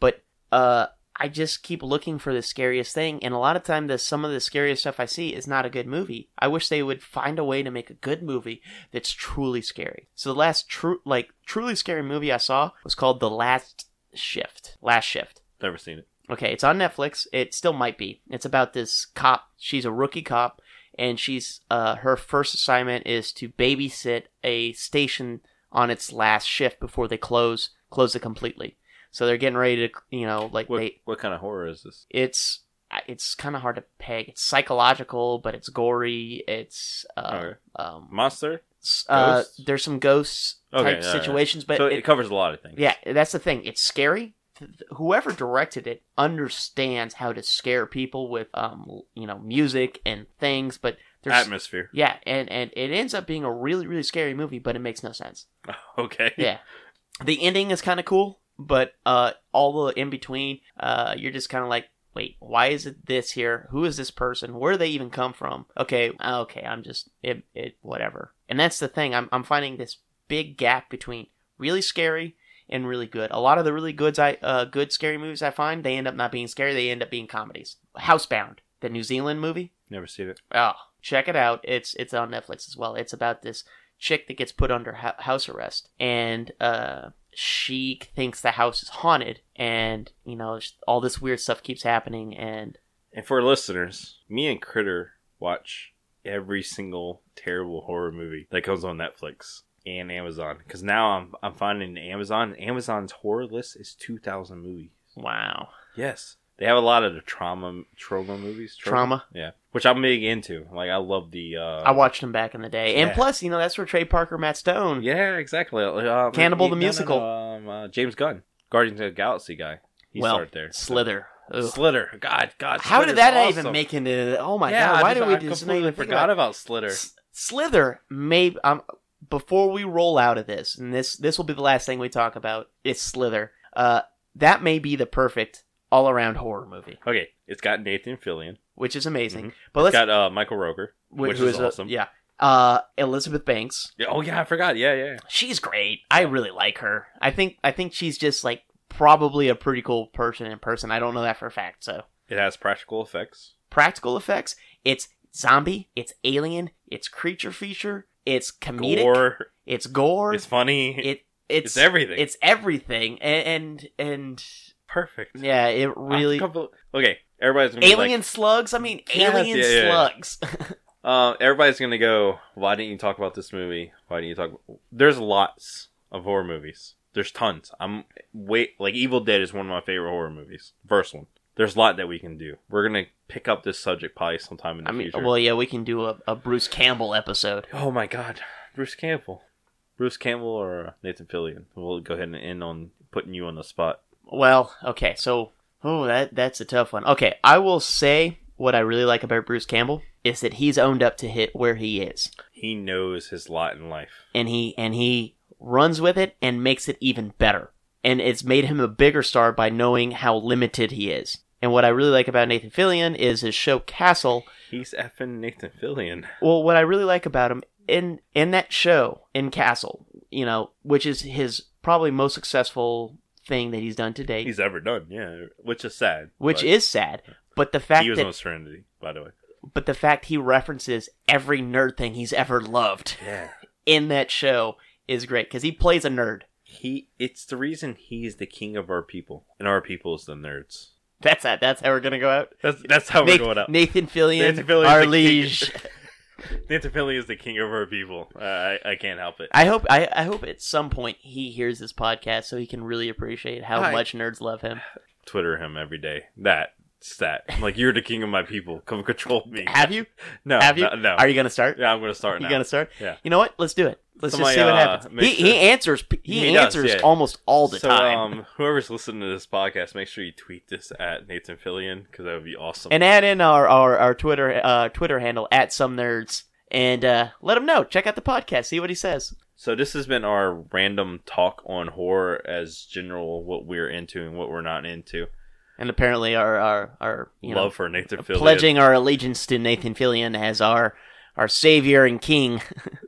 But uh, I just keep looking for the scariest thing, and a lot of time, the some of the scariest stuff I see is not a good movie. I wish they would find a way to make a good movie that's truly scary. So the last true, like truly scary movie I saw was called The Last Shift. Last Shift. Never seen it. Okay, it's on Netflix. It still might be. It's about this cop. She's a rookie cop, and she's uh, her first assignment is to babysit a station on its last shift before they close close it completely. So they're getting ready to, you know, like What they what kind of horror is this? it's I- it's kind of hard to peg. It's psychological, but it's gory. It's uh, Okay. um, Monster. s- uh, Ghosts? there's some ghosts Okay, type all right. situations, but so it- it, covers a lot of things. yeah, that's the thing. It's scary. Th- th- Whoever directed it understands how to scare people with, um, you know, music and things. But there's Atmosphere. yeah, and and it ends up being a really really scary movie, but it makes no sense. Okay. Yeah, the ending is kind of cool, but uh, all the in between, uh, you're just kind of like, wait, why is it this here? Who is this person? Where do they even come from? Okay, okay, I'm just it, it whatever. And that's the thing. I'm I'm finding this big gap between really scary and really good. A lot of the really goods I uh, good scary movies I find they end up not being scary. They end up being comedies. Housebound, the New Zealand movie. Never seen it. Oh, check it out. It's it's on Netflix as well. It's about this chick that gets put under hou- house arrest, and uh, she thinks the house is haunted, and you know sh- all this weird stuff keeps happening. And And for listeners, me and Critter watch every single terrible horror movie that comes on Netflix and Amazon. Because now I'm I'm finding Amazon. Amazon's horror list is two thousand movies. wow, Yes. They have a lot of the trauma trauma movies. Trauma. Yeah. Which I'm big into. Like I love the uh I watched them back in the day, and yeah. plus you know that's where Trey Parker, Matt Stone. Yeah, exactly. Um, Cannibal he- the Musical. um, uh, James Gunn. Guardians of the Galaxy guy. He well, started there. Slither. Ugh. Slither. God, God. How did Slitter's that even awesome. make into? Oh my yeah, god! Why I did just, we I just not completely even think forgot about about Slither? S- Slither, maybe um, before we roll out of this, and this this will be the last thing we talk about. It's Slither. Uh, that may be the perfect all around horror movie, Okay, it's got Nathan Fillion. which is amazing. But let's It's got uh, Michael Roker, wh- which who is a- awesome. yeah, uh, Elizabeth Banks. Yeah, Oh yeah, I forgot. Yeah, yeah. She's great. I really like her. I think I think she's just like probably a pretty cool person in person. I don't know that for a fact. So It has practical effects. practical effects. It's zombie. It's alien. It's creature feature. It's comedic. Gore. It's gore. It's funny. it it's, It's everything. It's everything, and and, and perfect. yeah, it really I compl- okay, everybody's gonna Be alien like, slugs. I mean, Yes, alien yeah, yeah, yeah. slugs. uh, everybody's gonna go. Why didn't you talk about this movie? Why didn't you talk? There's lots of horror movies. There's tons. I'm wait like Evil Dead is one of my favorite horror movies. First one. There's a lot that we can do. We're gonna pick up this subject probably sometime in the I mean, future. well, yeah, we can do a, a Bruce Campbell episode. Oh my God, Bruce Campbell, Bruce Campbell or Nathan Fillion. We'll go ahead and end on putting you on the spot. Well, okay, so oh, that that's a tough one. Okay, I will say what I really like about Bruce Campbell is that he's owned up to hit where he is, He knows his lot in life. and he and he runs with it and makes it even better. And it's made him a bigger star by knowing how limited he is. And what I really like about Nathan Fillion is his show Castle He's effing Nathan Fillion. Well, what I really like about him in in that show in Castle, you know, which is his probably most successful thing that he's done to date, He's ever done, yeah. Which is sad. which but is sad. But the fact he was that on Serenity, by the way. but the fact he references every nerd thing he's ever loved Yeah. in that show is great because he plays a nerd. He. It's the reason he is the king of our people, and our people is the nerds. That's that. That's how we're gonna go out. That's that's how we're Nathan, going up. Nathan Fillion, Nathan Fillion's our the king. liege. Nathan Fillion is the king of our people. Uh, I I can't help it. I hope I, I hope at some point he hears this podcast so he can really appreciate how Hi. much nerds love him. Twitter him every day. That stat. Like you're the king of my people. Come control me. Have you? No. Have you? No. no. Are you gonna start? yeah, I'm gonna start You now. gonna start? Yeah. You know what? Let's do it. Let's Somebody, just see what uh, happens. make He, sure- he answers. He, He does, answers yeah. almost all the so, time. um, whoever's listening to this podcast, make sure you tweet this at Nathan Fillion because that would be awesome. and add in our our, our Twitter uh, Twitter handle at some nerds and uh, let him know. Check out the podcast. See what he says. so this has been our random talk on horror as general what we're into and what we're not into. And apparently, our our our you Love for Nathan know, Fillion. pledging our allegiance to Nathan Fillion as our our savior and king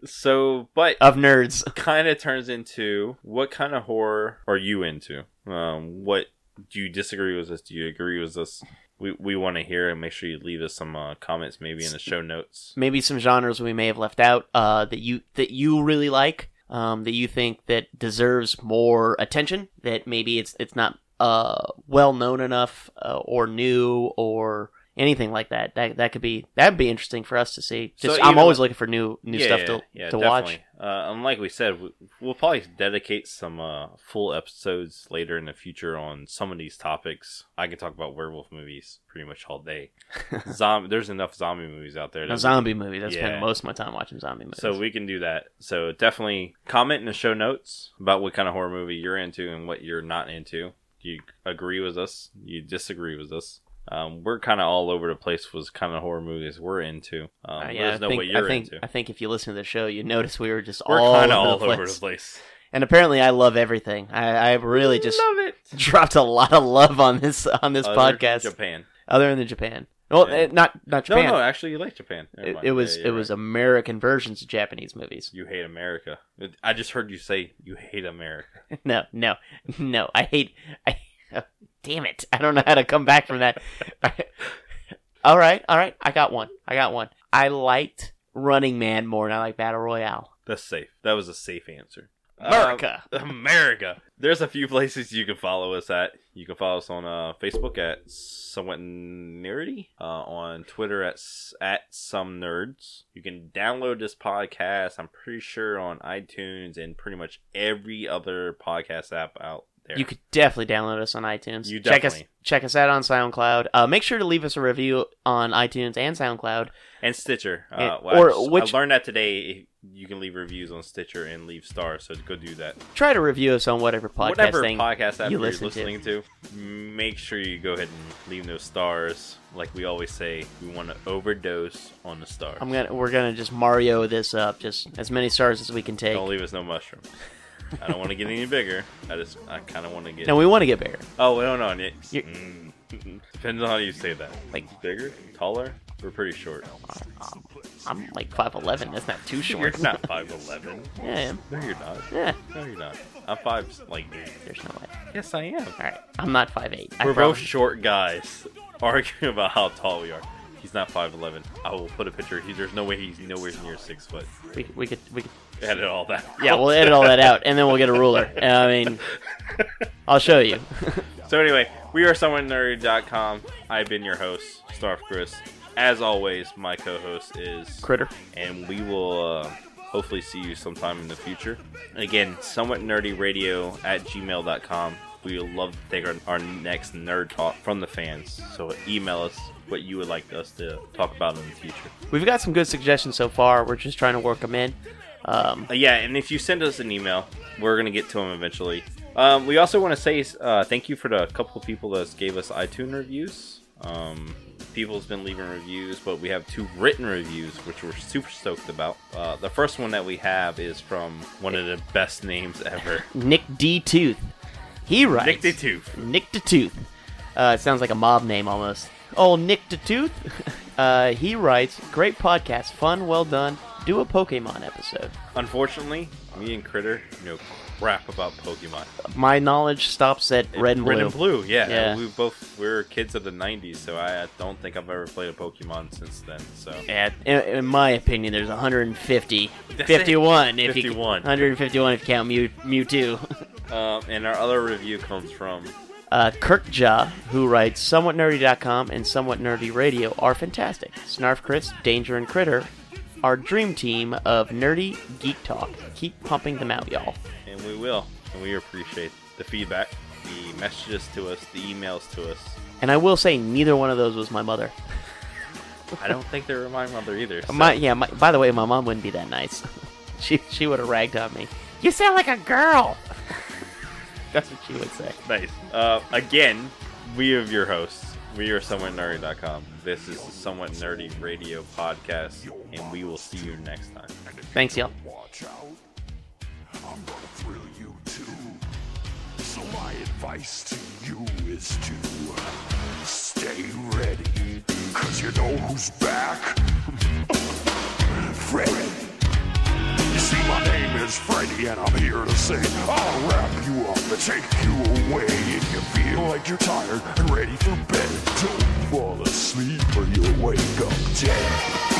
So, but of nerds. kind of turns into what kind of horror are you into? Um, what do you disagree with us? Do you agree with us? We, we want to hear and make sure you leave us some uh, comments maybe in the show notes. Maybe some genres we may have left out uh, that you that you really like. Um, that you think that deserves more attention. That maybe it's it's not uh, well known enough uh, or new or anything like that. That that could be that'd be interesting for us to see. So Just even I'm always like- looking for new new stuff to to watch. definitely. Uh, and like we said, we- we'll probably dedicate some uh, full episodes later in the future on some of these topics. I could talk about werewolf movies pretty much all day. zombie, there's enough zombie movies out there. A that- zombie movie. That's Yeah. been most of my time watching zombie movies. so we can do that. So definitely comment in the show notes about what kind of horror movie you're into and what you're not into. Do you agree with us? You disagree with us? Um, we're kind of all over the place with kind of horror movies we're into. Um, Uh, let us yeah, I know think, what you're I think into. I think if you listen to the show, you notice we were just we're all, kind over, of all the over place. the place. Mm, And apparently, I love everything. I, I really just Love it. dropped a lot of love on this on this Other podcast, Japan. other than Japan. Well, Oh, Yeah. eh, not not Japan. No, no, actually, you like Japan. Never it, mind. it was Yeah, it you're was right. American versions of Japanese movies. You hate America. It- I just heard you say you hate America. No, no, no. I hate. I damn it! I don't know how to come back from that. all right, all right. I got one. I got one. I liked Running Man more, than I like Battle Royale. That's safe. That was a safe answer. Uh, America. Um, America. There's a few places you can follow us at. You can follow us on uh, Facebook at Somewhat Nerdy, uh, on Twitter at s- at Some Nerds. You can download this podcast. I'm pretty sure on iTunes and pretty much every other podcast app out there. You could definitely download us on iTunes. You check us definitely. check us out on SoundCloud. Uh, make sure to leave us a review on iTunes and SoundCloud. and Stitcher. Uh, And- well, I or just- which- I learned that today. You can leave reviews on Stitcher and leave stars. So go do that. Try to review us on whatever podcast Whatever thing podcast app you you are listen to. listening to. make sure you go ahead and leave those stars. Like we always say, we want to overdose on the stars. I'm gonna we're gonna just Mario this up, just as many stars as we can take. Don't leave us no mushroom. I don't want to get any bigger. I just, I kind of want to get. No, we want to get bigger. oh, we don't know. Nick. You- Mm. Depends on how you say that. Like- bigger, taller. We're pretty short. I'm like five eleven. That's not too You're short. not five eleven. Yeah, I am. No, you're not. Yeah, No, you're not. I'm five like eight. there's no way. Yes, I am. All right, I'm not five eight. We're both short guys arguing about how tall we are. He's not 5'11. I will put a picture. He, there's no way he's nowhere near six foot. We, we could we could. Edit all that. Yeah, we'll edit all that out, and then we'll get a ruler. I mean, I'll show you. So anyway, we are someonenerd.com. I've been your host, Starf Chris. As always, my co-host is Critter. and we will uh, hopefully see you sometime in the future. Again, somewhat nerdy radio at gmail.com. We would love to take our, our next nerd talk from the fans. So email us what you would like us to talk about in the future. We've got some good suggestions so far. We're just trying to work them in. Um, Uh, yeah, and if you send us an email, we're gonna get to them eventually. Um, we also want to say uh, thank you for the couple of people that gave us iTunes reviews. Um, people's been leaving reviews, but we have two written reviews, which we're super stoked about. Uh, the first one that we have is from one of the best names ever, Nick D Tooth. He writes. Nick the Tooth. Nick the Tooth. Uh, it sounds like a mob name almost. Oh, Nick the Tooth. Uh, he writes, "Great podcast, fun, well done. Do a Pokemon episode. Unfortunately, me and Critter know crap about Pokemon. My knowledge stops at red and blue. Red and blue, yeah. Yeah. We both we were kids of the '90s, so I don't think I've ever played a Pokemon since then. So Yeah, in, in my opinion, there's 150, That's 51 if you 51. 151 if you count Mew, Mewtwo. Um, and our other review comes from Uh, Kirk Ja, who writes SomewhatNerdy.com and Somewhat Nerdy Radio are fantastic. Snarf Chris, Danger, and Critter are dream team of nerdy geek talk. Keep pumping them out, y'all. and we will and we appreciate the feedback the messages to us the emails to us And I will say, neither one of those was my mother. i don't think they were my mother either so- My yeah. My, by the way, my mom wouldn't be that nice. she she would have ragged on me. You sound like a girl. That's what she would say. nice uh, again we are your hosts we are somewhat nerdy.com this is the somewhat nerdy radio podcast and we will see you next time Thanks, y'all. Watch out. I'm gonna thrill you too. So my advice to you is to stay ready. Cause you know who's back? Freddy. You see, my name is Freddy, and I'm here to say I'll wrap you up and take you away. If you feel like you're tired and ready for bed, don't fall asleep or you'll wake up dead.